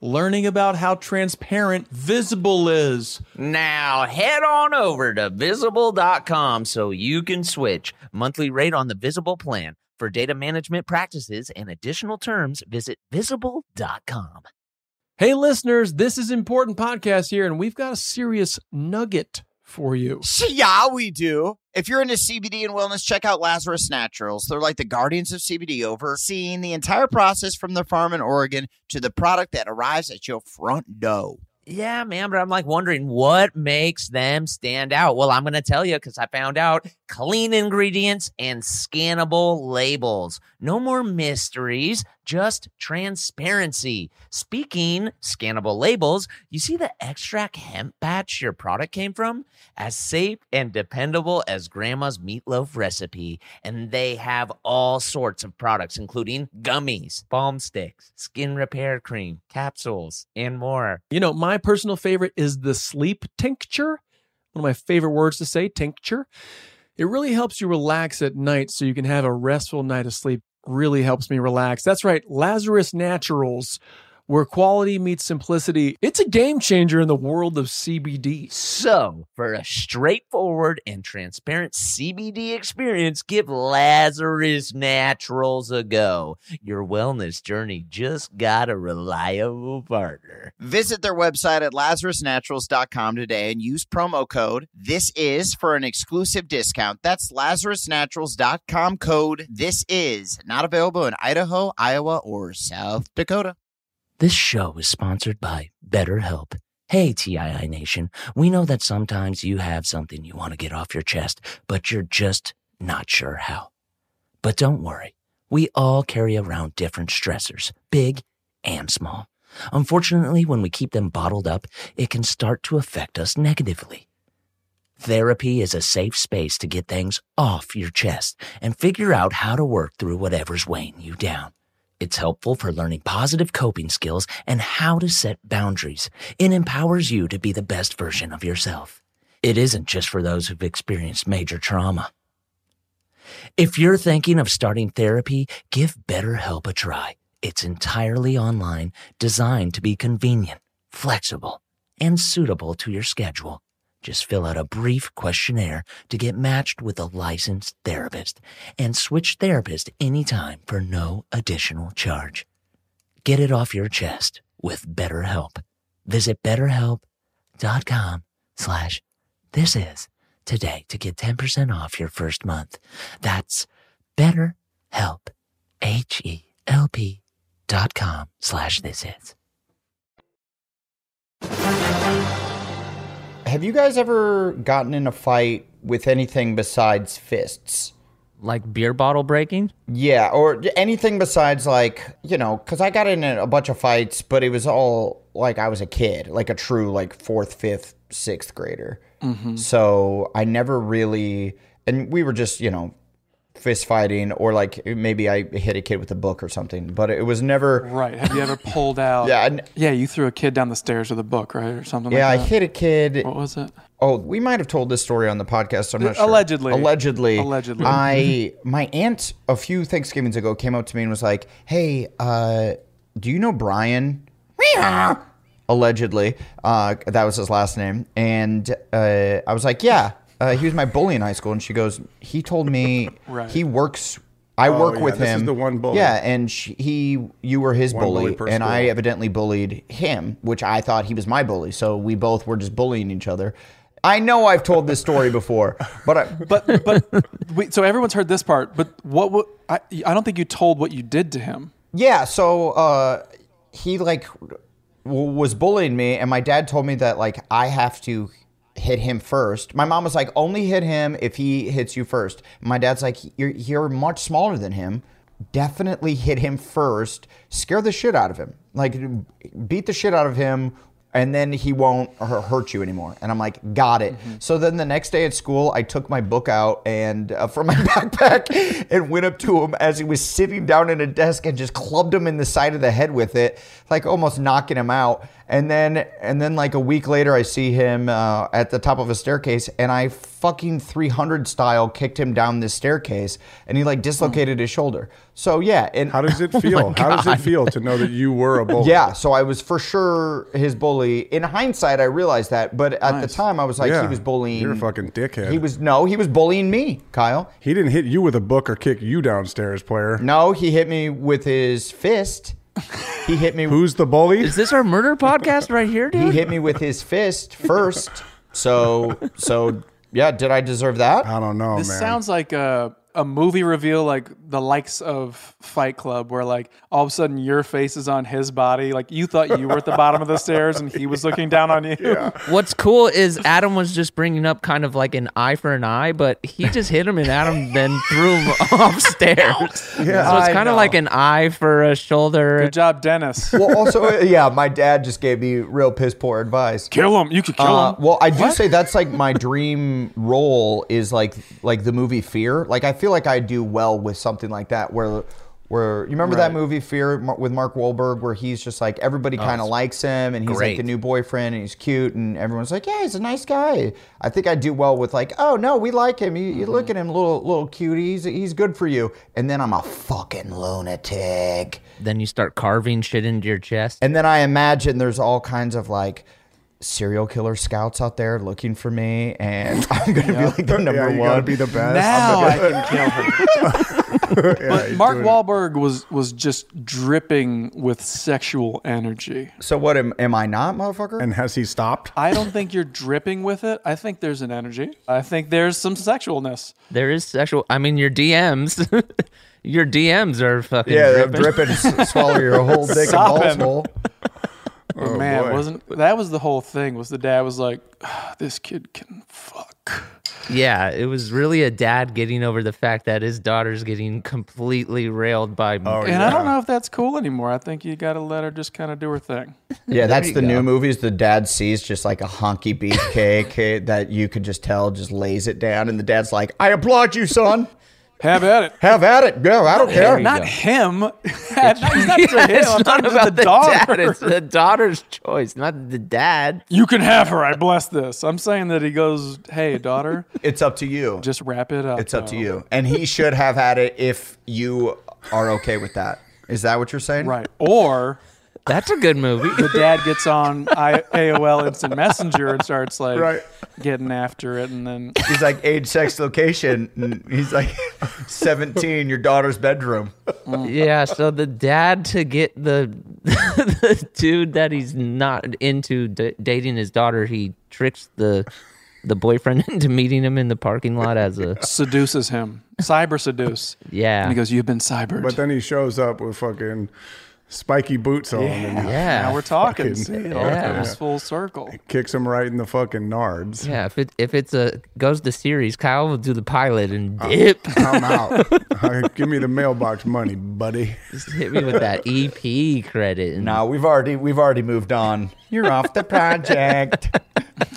[SPEAKER 6] learning about how transparent Visible is.
[SPEAKER 12] Now head on over to visible.com so you can switch. Monthly rate on the visible plan. For data management practices and additional terms, visit visible.com.
[SPEAKER 6] Hey, listeners, this is Important Podcast here, and we've got a serious nugget for you.
[SPEAKER 9] See, Yeah, we do. If you're into CBD and wellness, check out Lazarus Naturals. They're like the guardians of CBD, overseeing the entire process from the farm in Oregon to the product that arrives at your front door.
[SPEAKER 1] yeah, man, but I'm like wondering what makes them stand out. Well, I'm going to tell you because I found out clean ingredients and scannable labels. No more mysteries, just transparency. Speaking scannable labels, you see the extract hemp batch your product came from? As safe and dependable as grandma's meatloaf recipe. And they have all sorts of products, including gummies, balm sticks, skin repair cream, capsules, and more.
[SPEAKER 6] You know, my personal favorite is the sleep tincture. One of my favorite words to say, tincture. It really helps you relax at night so you can have a restful night of sleep. Really helps me relax. That's right, Lazarus Naturals, where quality meets simplicity. It's a game changer in the world of CBD.
[SPEAKER 1] So, for a straightforward and transparent CBD experience, give Lazarus Naturals a go. Your wellness journey just got a reliable partner.
[SPEAKER 9] Visit their website at lazarusnaturals.com today and use promo code This Is for an exclusive discount. That's lazarusnaturals.com code This Is. Not available in Idaho, Iowa, or South Dakota.
[SPEAKER 14] This show is sponsored by BetterHelp. Hey, TII Nation, we know that sometimes you have something you want to get off your chest, but you're just not sure how. But don't worry, we all carry around different stressors, big and small. Unfortunately, when we keep them bottled up, it can start to affect us negatively. Therapy is a safe space to get things off your chest and figure out how to work through whatever's weighing you down. It's helpful for learning positive coping skills and how to set boundaries. It empowers you to be the best version of yourself. It isn't just for those who've experienced major trauma. If you're thinking of starting therapy, give BetterHelp a try. It's entirely online, designed to be convenient, flexible, and suitable to your schedule. Just fill out a brief questionnaire to get matched with a licensed therapist and switch therapist anytime for no additional charge. Get it off your chest with BetterHelp. Visit betterhelp.com slash this is today to get 10% off your first month. That's betterhelp, H-E-L-P dot com slash this is.
[SPEAKER 3] Have you guys ever gotten in a fight with anything besides fists?
[SPEAKER 15] Like beer bottle breaking?
[SPEAKER 3] Yeah, or anything besides like, you know, because I got in a bunch of fights, but it was all like I was a kid, like a true like fourth, fifth, sixth grader.
[SPEAKER 16] Mhm.
[SPEAKER 3] So I never really, and we were just, you know, fist fighting or like maybe I hit a kid with a book or something, but it was never.
[SPEAKER 17] Right. Have you ever pulled out?
[SPEAKER 3] Yeah, I
[SPEAKER 17] yeah. You threw a kid down the stairs with a book, right, or
[SPEAKER 6] Oh
[SPEAKER 17] something.
[SPEAKER 3] Yeah,
[SPEAKER 17] like
[SPEAKER 3] I
[SPEAKER 17] that.
[SPEAKER 3] hit a kid. What
[SPEAKER 17] was it?
[SPEAKER 3] Oh, we might have told this story on the podcast. I'm not sure.
[SPEAKER 17] Allegedly.
[SPEAKER 3] Allegedly.
[SPEAKER 17] Allegedly.
[SPEAKER 3] I my aunt a few Thanksgivings ago came up to me and was like, "Hey, uh, do you know Brian?" Allegedly, uh, that was his last name, and uh, I was like, "Yeah." Uh, he was my bully in high school, and she goes, "He told me
[SPEAKER 16] Right.
[SPEAKER 3] he works. I
[SPEAKER 16] Oh,
[SPEAKER 3] work
[SPEAKER 16] yeah,
[SPEAKER 3] with
[SPEAKER 16] this is
[SPEAKER 3] him.
[SPEAKER 16] the one bully.
[SPEAKER 3] Yeah, and she, he, you were his
[SPEAKER 16] One bully
[SPEAKER 3] bully,
[SPEAKER 16] per
[SPEAKER 3] and I
[SPEAKER 16] school.
[SPEAKER 3] evidently bullied him, which I thought he was my bully. So we both were just bullying each other. I know I've told this story before, but I,
[SPEAKER 17] but but Wait, so everyone's heard this part, but what? wa- I I don't think you told what you did to him.
[SPEAKER 3] yeah. So uh, he like w- was bullying me, and my dad told me that like I have to hit him first. My mom was like, only hit him if he hits you first. My dad's like, you're, you're much smaller than him. Definitely hit him first. Scare the shit out of him. Like beat the shit out of him and then he won't hu- hurt you anymore. And I'm like, got it. So then the next day at school, I took my book out and uh, from my backpack and went up to him as he was sitting down in a desk and just clubbed him in the side of the head with it, like almost knocking him out. And then, and then like a week later, I see him uh, at the top of a staircase, and I fucking 300 style kicked him down this staircase, and he like dislocated his shoulder. So yeah, and how
[SPEAKER 4] does it feel? How does it feel to know that you were a bully?
[SPEAKER 3] yeah, so I was for sure his bully. In hindsight, I realized that, but at the time, I was like,
[SPEAKER 4] Yeah.
[SPEAKER 3] he was bullying.
[SPEAKER 4] You're a fucking dickhead.
[SPEAKER 3] He was no, he was bullying me, Kyle.
[SPEAKER 4] He didn't hit you with a book or kick you downstairs, player.
[SPEAKER 3] No, he hit me with his fist. He hit me.
[SPEAKER 4] Who's the bully?
[SPEAKER 15] Is this our murder podcast right here, dude?
[SPEAKER 3] He hit me with his fist first. So so yeah, did I deserve that?
[SPEAKER 4] I don't know,
[SPEAKER 3] Oh,
[SPEAKER 17] This sounds like a
[SPEAKER 6] a movie reveal like the likes of Fight Club, where like all of a sudden your face is on his body, like you thought you were at the bottom of the stairs and he was looking down on you.
[SPEAKER 1] What's cool is Adam was just bringing up kind of like an eye for an eye, but he just hit him and Adam then threw him off stairs.
[SPEAKER 6] Yeah.
[SPEAKER 1] so it's
[SPEAKER 6] I
[SPEAKER 1] kind
[SPEAKER 6] know.
[SPEAKER 1] of like an eye for a shoulder. Good
[SPEAKER 6] job, Dennis.
[SPEAKER 3] well, also, yeah, my dad just gave me real piss poor advice.
[SPEAKER 6] Kill him. You could kill him.
[SPEAKER 3] Uh, Well, I do say that's like my dream role is like like the movie Fear. Like I feel like I do well with something like that where. Where you remember that
[SPEAKER 9] Right.
[SPEAKER 3] movie Fear Mar- with Mark Wahlberg, where he's just like everybody
[SPEAKER 9] Oh,
[SPEAKER 3] kind of
[SPEAKER 9] it's
[SPEAKER 3] likes him, and he's like the
[SPEAKER 9] great.
[SPEAKER 3] new boyfriend, and he's cute, and everyone's like, yeah, he's a nice guy. I think I do well with like, oh no, we like him. You, you
[SPEAKER 9] Mm-hmm.
[SPEAKER 3] look at him, little little cutie, he's, he's good for you. And then I'm a fucking lunatic.
[SPEAKER 1] Then you start carving shit into your chest.
[SPEAKER 3] And then I imagine there's all kinds of like serial killer scouts out there looking for me, and I'm gonna be like the number
[SPEAKER 4] you
[SPEAKER 3] one.
[SPEAKER 4] gotta be the best.
[SPEAKER 6] Now I can kill him. but Mark
[SPEAKER 3] do it.
[SPEAKER 6] Wahlberg was was just dripping with sexual energy.
[SPEAKER 3] So what am, am I not, motherfucker?
[SPEAKER 4] And has he stopped?
[SPEAKER 6] I don't think you're dripping with it. I think there's an energy. I think there's some sexualness.
[SPEAKER 1] There is sexual. I mean, your DMs, your DMs are fucking
[SPEAKER 6] Yeah, they're
[SPEAKER 1] dripping.
[SPEAKER 6] dripping, s- swallow your whole dick and Sopping. balls hole. Oh, man,
[SPEAKER 1] boy.
[SPEAKER 6] wasn't that was the whole thing? Was the dad was like, "Ah, this kid can
[SPEAKER 1] Oh, Yeah, it was really a dad getting over the fact that his daughter's getting completely railed by.
[SPEAKER 15] Oh,
[SPEAKER 4] Oh,
[SPEAKER 6] and I don't know if that's cool anymore. I think you got to let her just kind of do her thing.
[SPEAKER 3] Yeah, that's
[SPEAKER 6] you
[SPEAKER 3] the
[SPEAKER 6] go.
[SPEAKER 3] new movies. The dad sees just like a honky beef cake eh, that you could just tell just lays it down, and the dad's like, "I applaud you, son.
[SPEAKER 6] Have at it.
[SPEAKER 3] Have at it. Go. I don't care.
[SPEAKER 6] Not him. He's not
[SPEAKER 1] Yeah,
[SPEAKER 6] to him.
[SPEAKER 1] it's
[SPEAKER 6] I'm
[SPEAKER 1] not
[SPEAKER 6] talking to
[SPEAKER 1] about
[SPEAKER 6] the
[SPEAKER 1] the
[SPEAKER 6] daughter.
[SPEAKER 1] dad. It's the daughter's choice, not the dad.
[SPEAKER 6] You can have her. I bless this. I'm saying that he goes, "Hey, daughter,
[SPEAKER 3] it's up to you.
[SPEAKER 6] Just wrap it up.
[SPEAKER 3] It's up to you." And he should have had it if you are okay with that. Is that what you're saying?
[SPEAKER 6] Right. Or
[SPEAKER 1] that's a good movie.
[SPEAKER 6] The dad gets on I- AOL Instant Messenger and starts like
[SPEAKER 3] Right.
[SPEAKER 6] getting after it, and then
[SPEAKER 3] He's like age, sex, location. And he's like 17, your daughter's bedroom.
[SPEAKER 1] Yeah, so the dad to get the, the dude that he's not into d- dating his daughter, he tricks the the boyfriend into meeting him in the parking lot as a
[SPEAKER 6] seduces him, cyber seduce.
[SPEAKER 1] Yeah.
[SPEAKER 6] And he goes, "You've been cybered."
[SPEAKER 4] But then he shows up with fucking spiky boots on. and
[SPEAKER 1] Yeah.
[SPEAKER 6] Now we're talking.
[SPEAKER 4] fucking-
[SPEAKER 6] See, it all
[SPEAKER 1] Yeah.
[SPEAKER 6] comes full circle.
[SPEAKER 4] Kicks him right in the fucking nards.
[SPEAKER 1] Yeah, if it if it's a goes to series, Kyle will do the pilot and dip.
[SPEAKER 4] I'm out. Uh, Give me the mailbox money, buddy.
[SPEAKER 1] Just hit me with that EP credit. And
[SPEAKER 3] No, we've already we've already moved on. You're off the project.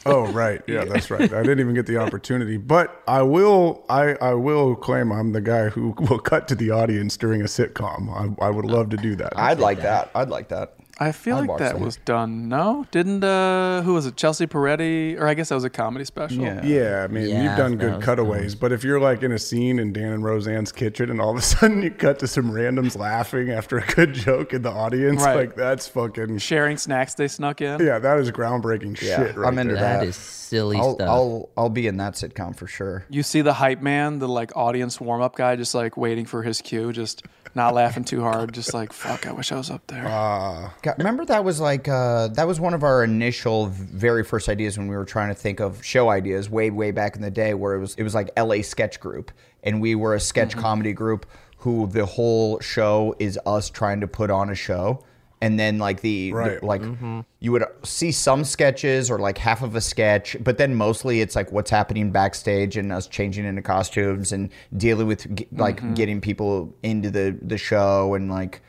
[SPEAKER 4] Oh right, yeah, that's right. I didn't even get the opportunity, but I will. I I will claim I'm the guy who will cut to the audience during a sitcom. I, I would love to do that.
[SPEAKER 3] I'd like that. I'd like that.
[SPEAKER 6] I feel
[SPEAKER 4] I'd
[SPEAKER 6] like
[SPEAKER 4] watch
[SPEAKER 6] that,
[SPEAKER 4] that.
[SPEAKER 6] was done. No, didn't uh who was it? Chelsea Peretti, or I guess that was a comedy special.
[SPEAKER 4] Yeah, I mean, you've done good cutaways, but if you're like in a scene in Dan and Roseanne's kitchen and all of a sudden you cut to some randoms laughing after a good joke in the audience,
[SPEAKER 6] Right.
[SPEAKER 4] like that's fucking
[SPEAKER 6] sharing snacks they snuck in.
[SPEAKER 4] Yeah, that is groundbreaking shit right
[SPEAKER 3] I'm into
[SPEAKER 4] there.
[SPEAKER 3] that.
[SPEAKER 1] silly
[SPEAKER 3] I'll,
[SPEAKER 6] stuff.
[SPEAKER 3] I'll I'll be in that sitcom for sure.
[SPEAKER 6] You see the hype man, the like audience warm up guy, just like waiting for his cue, just not laughing too hard, just like fuck. I wish I was up there.
[SPEAKER 3] God, remember that was like uh, that was one of our initial very first ideas when we were trying to think of show ideas way way back in the day where it was it was like LA sketch group and we were a sketch comedy group who the whole show is us trying to put on a show and then like the, the-
[SPEAKER 4] Right.
[SPEAKER 3] like
[SPEAKER 4] Mhm.
[SPEAKER 3] you would see some sketches or like half of a sketch but then mostly it's like what's happening backstage and us changing into costumes and dealing with ge- like
[SPEAKER 9] Mhm.
[SPEAKER 3] getting people into the the show and like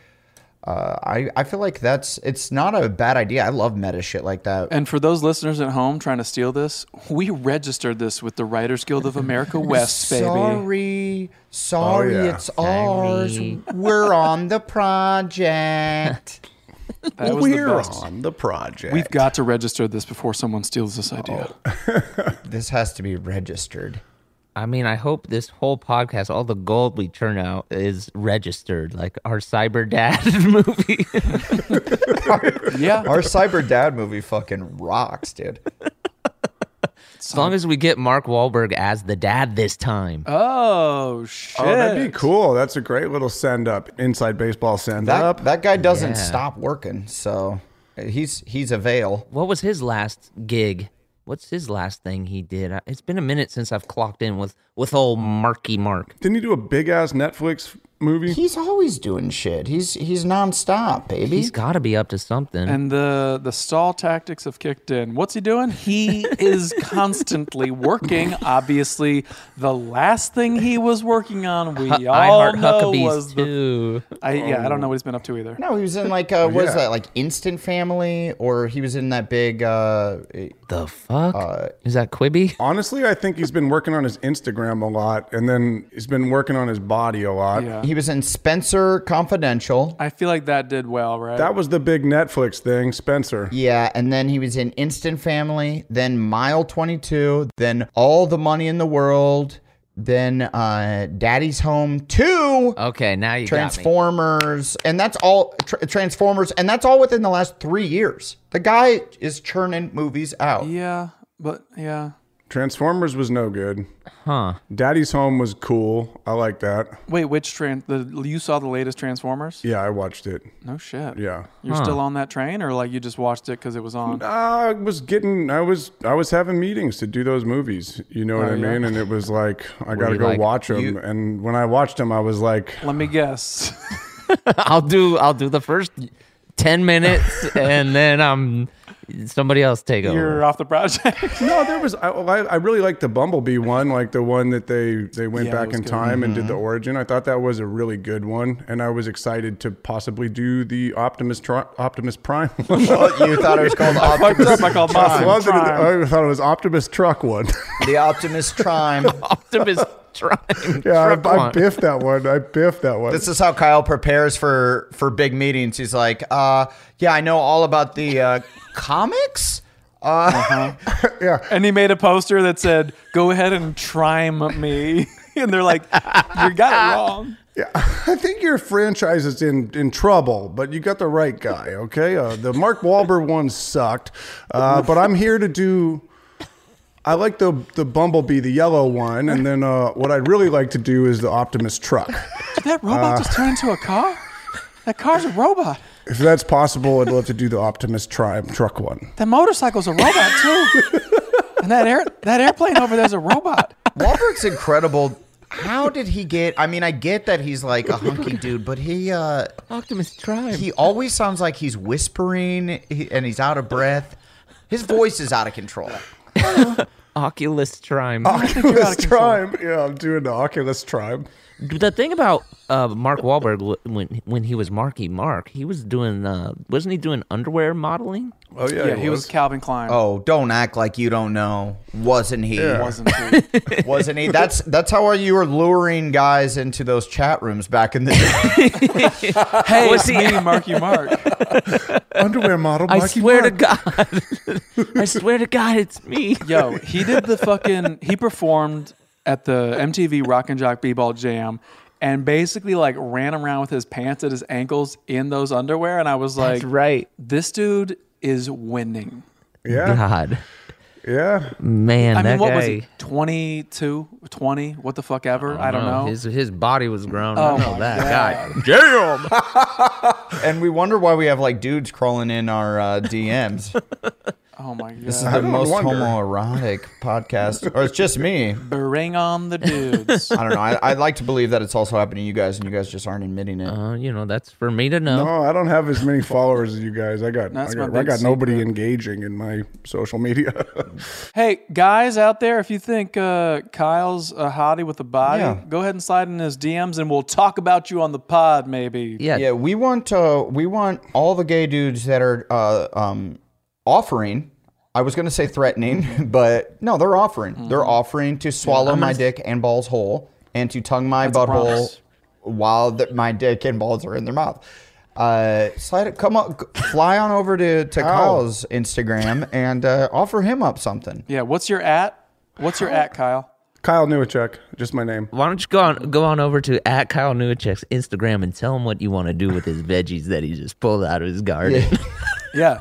[SPEAKER 3] uh, I, I feel like that's it's not a bad idea. I love meta shit like that.
[SPEAKER 6] And for those listeners at home trying to steal this, we registered this with the Writers Guild of America West, baby.
[SPEAKER 3] Sorry, sorry,
[SPEAKER 6] Oh, yeah.
[SPEAKER 3] it's ours. We're on the project.
[SPEAKER 6] That was the We're best.
[SPEAKER 4] on the project.
[SPEAKER 6] We've got to register this before someone steals this idea.
[SPEAKER 4] Oh.
[SPEAKER 3] this has to be registered.
[SPEAKER 1] I mean, I hope this whole podcast, all the gold we turn out, is registered, like our cyber dad movie.
[SPEAKER 6] yeah,
[SPEAKER 3] our cyber dad movie fucking rocks, dude.
[SPEAKER 1] as long as we get Mark Wahlberg as the dad this time.
[SPEAKER 6] Oh shit!
[SPEAKER 4] Oh, that'd be cool. That's a great little send up, inside baseball send
[SPEAKER 3] That
[SPEAKER 4] up.
[SPEAKER 3] that guy doesn't
[SPEAKER 4] Yeah.
[SPEAKER 3] stop working, so he's he's a veil.
[SPEAKER 1] What was his last gig? what's his last thing he did? I- It's been a minute since I've clocked in with with old Marky Mark.
[SPEAKER 4] Didn't he do a big ass Netflix movie?
[SPEAKER 3] He's always doing shit. He's he's nonstop, baby.
[SPEAKER 1] He's got to be up to something.
[SPEAKER 6] Hmm. And the the stall tactics have kicked in. What's he doing? He is constantly working. Obviously, the last thing he was working on, we
[SPEAKER 1] Hu- I
[SPEAKER 6] all
[SPEAKER 1] Heart
[SPEAKER 6] know,
[SPEAKER 1] Huckabees
[SPEAKER 6] was the.
[SPEAKER 1] too. Oh.
[SPEAKER 6] I, yeah, I don't know what he's been up to either.
[SPEAKER 3] No, he was in like uh, what is
[SPEAKER 6] Oh, Yeah.
[SPEAKER 3] that like Instant Family, or he was in that big. Uh,
[SPEAKER 1] the fuck is that Quibby?
[SPEAKER 4] Honestly, I think he's been working on his Instagram a lot, and then he's been working on his body a lot.
[SPEAKER 6] Yeah.
[SPEAKER 3] He was in Spencer Confidential.
[SPEAKER 6] I feel like that did well, right?
[SPEAKER 4] That was the big Netflix thing, Spencer.
[SPEAKER 3] Yeah, and then he was in Instant Family, then Mile 22, then All the Money in the World, then uh, Daddy's Home 2.
[SPEAKER 1] Okay, now you got me.
[SPEAKER 3] Transformers, and that's all tr- Transformers, and that's all within the last three years. The guy is churning movies out.
[SPEAKER 6] Yeah, but yeah.
[SPEAKER 4] Transformers was no good.
[SPEAKER 1] Huh.
[SPEAKER 4] Daddy's Home was cool. I like that.
[SPEAKER 6] Wait, which tran The you saw the latest Transformers?
[SPEAKER 4] Yeah, I watched it.
[SPEAKER 6] No shit.
[SPEAKER 4] Yeah.
[SPEAKER 6] You're still on that train, or like you just watched it because it was on?
[SPEAKER 4] I was getting, I was, I was having meetings to do those movies. You know what
[SPEAKER 6] Oh,
[SPEAKER 4] I
[SPEAKER 6] yeah.
[SPEAKER 4] mean? And it was like, I
[SPEAKER 6] Were
[SPEAKER 4] got to
[SPEAKER 6] you
[SPEAKER 4] go
[SPEAKER 6] like,
[SPEAKER 4] watch 'em. watch them.
[SPEAKER 6] you-
[SPEAKER 4] and when I watched them, I was like,
[SPEAKER 6] Let me guess.
[SPEAKER 1] I'll do I'll do the first ten minutes, and then I'm somebody else take over.
[SPEAKER 6] You're off the project.
[SPEAKER 4] no, there was. I, I I really liked the Bumblebee one, like the one that they they went
[SPEAKER 6] Yeah, that
[SPEAKER 4] back
[SPEAKER 6] was
[SPEAKER 4] in
[SPEAKER 6] good.
[SPEAKER 4] time and did
[SPEAKER 6] Mhm.
[SPEAKER 3] Mm-hmm.
[SPEAKER 4] the origin. I thought that was a really good one, and I was excited to possibly do the Optimus Tri- Optimus Prime. one.
[SPEAKER 3] you thought it was called I fucked Optimus up, I called mine
[SPEAKER 4] I wasn't-
[SPEAKER 3] Prime.
[SPEAKER 4] I thought it was Optimus Truck one.
[SPEAKER 3] The Optimus Prime.
[SPEAKER 1] Optimus Prime.
[SPEAKER 4] yeah, I, I biffed that one. I biffed that one.
[SPEAKER 3] This is how Kyle prepares for for big meetings. He's like, uh, yeah, I know all about the uh, comics. Uh,
[SPEAKER 4] yeah.
[SPEAKER 6] And he made a poster that said, "Go ahead and trime me," and they're like, "You got it wrong."
[SPEAKER 4] I think your franchise is in, in trouble, but you got the right guy, okay? Uh, the Mark Wahlberg one sucked, uh, but I'm here to do. I like the the Bumblebee, the yellow one, and then uh, what I'd really like to do is the Optimus truck.
[SPEAKER 6] Did that robot
[SPEAKER 4] Uh.
[SPEAKER 6] just turn into a car? That car's a robot.
[SPEAKER 4] If that's possible, I'd love to do the Optimus Triumph truck one.
[SPEAKER 6] That motorcycle's a robot too. and that air that airplane over there's a robot.
[SPEAKER 3] Wahlberg's incredible. How did he get? I mean, I get that he's like a hunky dude, but he uh,
[SPEAKER 1] Optimus Prime.
[SPEAKER 3] He always sounds like he's whispering he- and he's out of breath. His voice is out of control.
[SPEAKER 1] Oculus Prime.
[SPEAKER 4] Oculus Triumph. Yeah, I'm doing the Oculus Triumph.
[SPEAKER 1] The thing about uh, Mark Wahlberg w- when when he was Marky Mark, he was doing uh, wasn't he doing underwear modeling?
[SPEAKER 4] Oh
[SPEAKER 6] yeah, he was Calvin Klein.
[SPEAKER 3] Oh, don't act like you don't know. Wasn't he?
[SPEAKER 6] Yeah. Wasn't he?
[SPEAKER 3] Wasn't he? That's that's how you were luring guys into those chat rooms back in the day.
[SPEAKER 6] Hey,
[SPEAKER 1] Was
[SPEAKER 6] it's
[SPEAKER 1] he-
[SPEAKER 6] me, Marky Mark.
[SPEAKER 4] Underwear model.
[SPEAKER 1] I
[SPEAKER 4] Marky
[SPEAKER 1] swear
[SPEAKER 4] Mark.
[SPEAKER 1] to God, I swear to God, it's me.
[SPEAKER 6] Yo, he did the fucking. He performed at the MTV Rock and Jock B-ball Jam, and basically like ran around with his pants at his ankles in those underwear, and I was like,
[SPEAKER 1] That's right.
[SPEAKER 6] This dude is winning.
[SPEAKER 4] Yeah.
[SPEAKER 1] God,
[SPEAKER 4] Yeah.
[SPEAKER 1] man,
[SPEAKER 6] I mean,
[SPEAKER 1] that
[SPEAKER 6] what
[SPEAKER 1] guy.
[SPEAKER 6] was he? 22, 20, what the fuck ever? I don't know.
[SPEAKER 1] Oh, His his body was grown.
[SPEAKER 6] Oh
[SPEAKER 1] I know
[SPEAKER 6] my
[SPEAKER 1] that guy.
[SPEAKER 3] and we wonder why we have like dudes crawling in our uh, DMs.
[SPEAKER 6] oh my god.
[SPEAKER 3] This is
[SPEAKER 4] I
[SPEAKER 3] the
[SPEAKER 4] don't
[SPEAKER 3] most
[SPEAKER 4] wonder.
[SPEAKER 3] homoerotic podcast, or it's just me.
[SPEAKER 6] Bring on the dudes.
[SPEAKER 3] I don't know. I, I'd like to believe that it's also happening to you guys, and you guys just aren't admitting it.
[SPEAKER 1] Uh, you know, that's for me to know.
[SPEAKER 4] No, I don't have as many followers as you guys. I got
[SPEAKER 6] That's
[SPEAKER 4] I
[SPEAKER 6] my
[SPEAKER 4] got,
[SPEAKER 6] big
[SPEAKER 4] I got nobody
[SPEAKER 6] secret.
[SPEAKER 4] engaging in my social media.
[SPEAKER 6] hey, guys out there, if you think uh, Kyle's a hottie with a body,
[SPEAKER 3] Yeah.
[SPEAKER 6] go ahead and slide in his DMs and we'll talk about you on the pod, maybe.
[SPEAKER 1] Yeah,
[SPEAKER 3] Yeah, we want uh, we want all the gay dudes that are uh, um, offering. I was gonna say
[SPEAKER 6] Mm-hmm.
[SPEAKER 3] threatening, but no, they're offering. They're offering to swallow my dick and balls whole, and to tongue my
[SPEAKER 6] a
[SPEAKER 3] butthole
[SPEAKER 6] promise.
[SPEAKER 3] while th- my dick and balls are in their mouth. Uh, slide it. Come on, g- fly on over to,
[SPEAKER 6] Oh.
[SPEAKER 3] to Kyle's Instagram and uh, offer him up something.
[SPEAKER 6] Yeah, what's your at? What's your at, Kyle?
[SPEAKER 4] Kyle Newacek, just my name.
[SPEAKER 1] Why don't you go on go on over to at Kyle Newacek's Instagram and tell him what you want to do with his veggies that he just pulled out of his garden.
[SPEAKER 6] Yeah.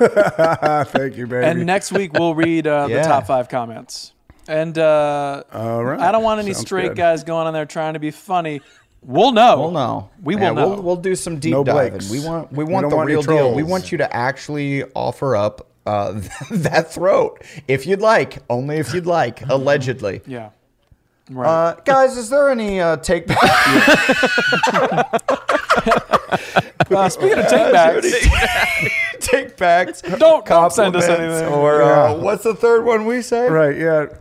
[SPEAKER 4] Thank you, baby.
[SPEAKER 6] and next week we'll read uh,
[SPEAKER 3] Yeah.
[SPEAKER 6] the top five comments. And uh,
[SPEAKER 4] All right.
[SPEAKER 6] I don't want any
[SPEAKER 4] Sounds
[SPEAKER 6] straight
[SPEAKER 4] good.
[SPEAKER 6] guys going on there trying to be funny. We'll know.
[SPEAKER 3] We'll know.
[SPEAKER 6] We will
[SPEAKER 3] Yeah,
[SPEAKER 6] know.
[SPEAKER 3] We'll, we'll do some deep
[SPEAKER 4] No
[SPEAKER 3] diving.
[SPEAKER 4] Blakes.
[SPEAKER 3] We want we
[SPEAKER 4] We
[SPEAKER 3] want
[SPEAKER 4] don't
[SPEAKER 3] the
[SPEAKER 4] want any
[SPEAKER 3] real deal. We
[SPEAKER 4] trolls.
[SPEAKER 3] want you to actually offer up uh, that throat if you'd like, only if you'd like, allegedly.
[SPEAKER 6] Yeah.
[SPEAKER 3] Uh, guys, is there any uh, take back?
[SPEAKER 6] Uh, speaking of take
[SPEAKER 3] backs, take backs.
[SPEAKER 6] Don't, don't send us
[SPEAKER 3] compliments,
[SPEAKER 6] anything.
[SPEAKER 3] Or
[SPEAKER 6] Yeah.
[SPEAKER 3] uh, what's the third one we say?
[SPEAKER 4] Right, yeah.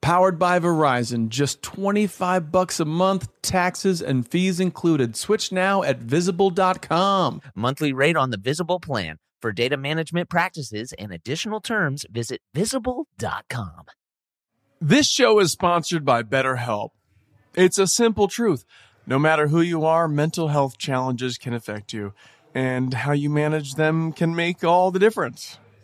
[SPEAKER 13] powered by Verizon. Just 25 bucks a month, taxes and fees included. Switch now at visible.com.
[SPEAKER 12] Monthly rate on the Visible plan. For data management practices and additional terms, visit visible.com.
[SPEAKER 13] This show is sponsored by BetterHelp. It's a simple truth. No matter who you are, mental health challenges can affect you, and how you manage them can make all the difference.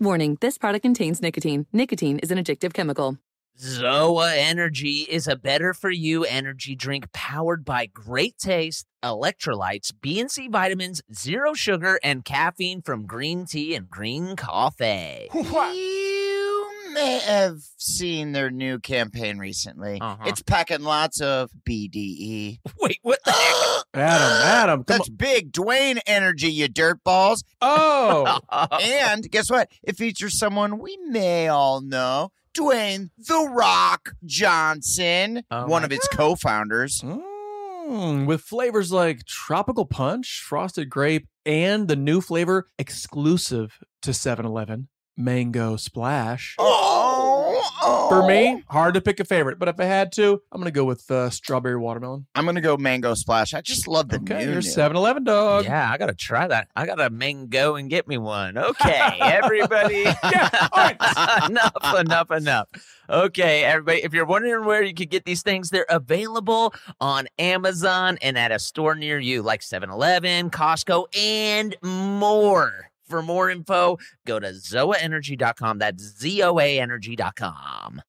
[SPEAKER 8] Warning, this product contains nicotine. Nicotine is an addictive chemical.
[SPEAKER 1] Zoa Energy is a better for you energy drink powered by great taste, electrolytes, B and C vitamins, zero sugar, and caffeine from green tea and green coffee.
[SPEAKER 9] You may have seen their new campaign recently.
[SPEAKER 1] Uh-huh.
[SPEAKER 9] It's packing lots of BDE.
[SPEAKER 1] Wait, what the heck?
[SPEAKER 6] Adam, Adam,
[SPEAKER 9] that's big Dwayne energy, you dirtballs.
[SPEAKER 6] Oh,
[SPEAKER 9] and guess what? It features someone we may all know. Dwayne The Rock Johnson,
[SPEAKER 6] Oh
[SPEAKER 9] one
[SPEAKER 6] my
[SPEAKER 9] of its
[SPEAKER 1] Ah,
[SPEAKER 9] co founders.
[SPEAKER 6] Mm, with flavors like tropical punch, frosted grape, and the new flavor exclusive to 7-Eleven, mango splash. For me, hard to pick a favorite, but if I had to, I'm gonna go with uh, strawberry watermelon.
[SPEAKER 9] I'm gonna go mango splash. I just love the
[SPEAKER 6] okay,
[SPEAKER 9] new
[SPEAKER 6] You're
[SPEAKER 9] new.
[SPEAKER 6] 7-Eleven dog.
[SPEAKER 1] Yeah, I gotta try that. I gotta mango and get me one. Okay, everybody. enough, enough, enough. Okay, everybody. If you're wondering where you could get these things, they're available on Amazon and at a store near you, like 7-Eleven, Costco, and more. For more info, go to zoaenergy.com. That's z o a energy.com.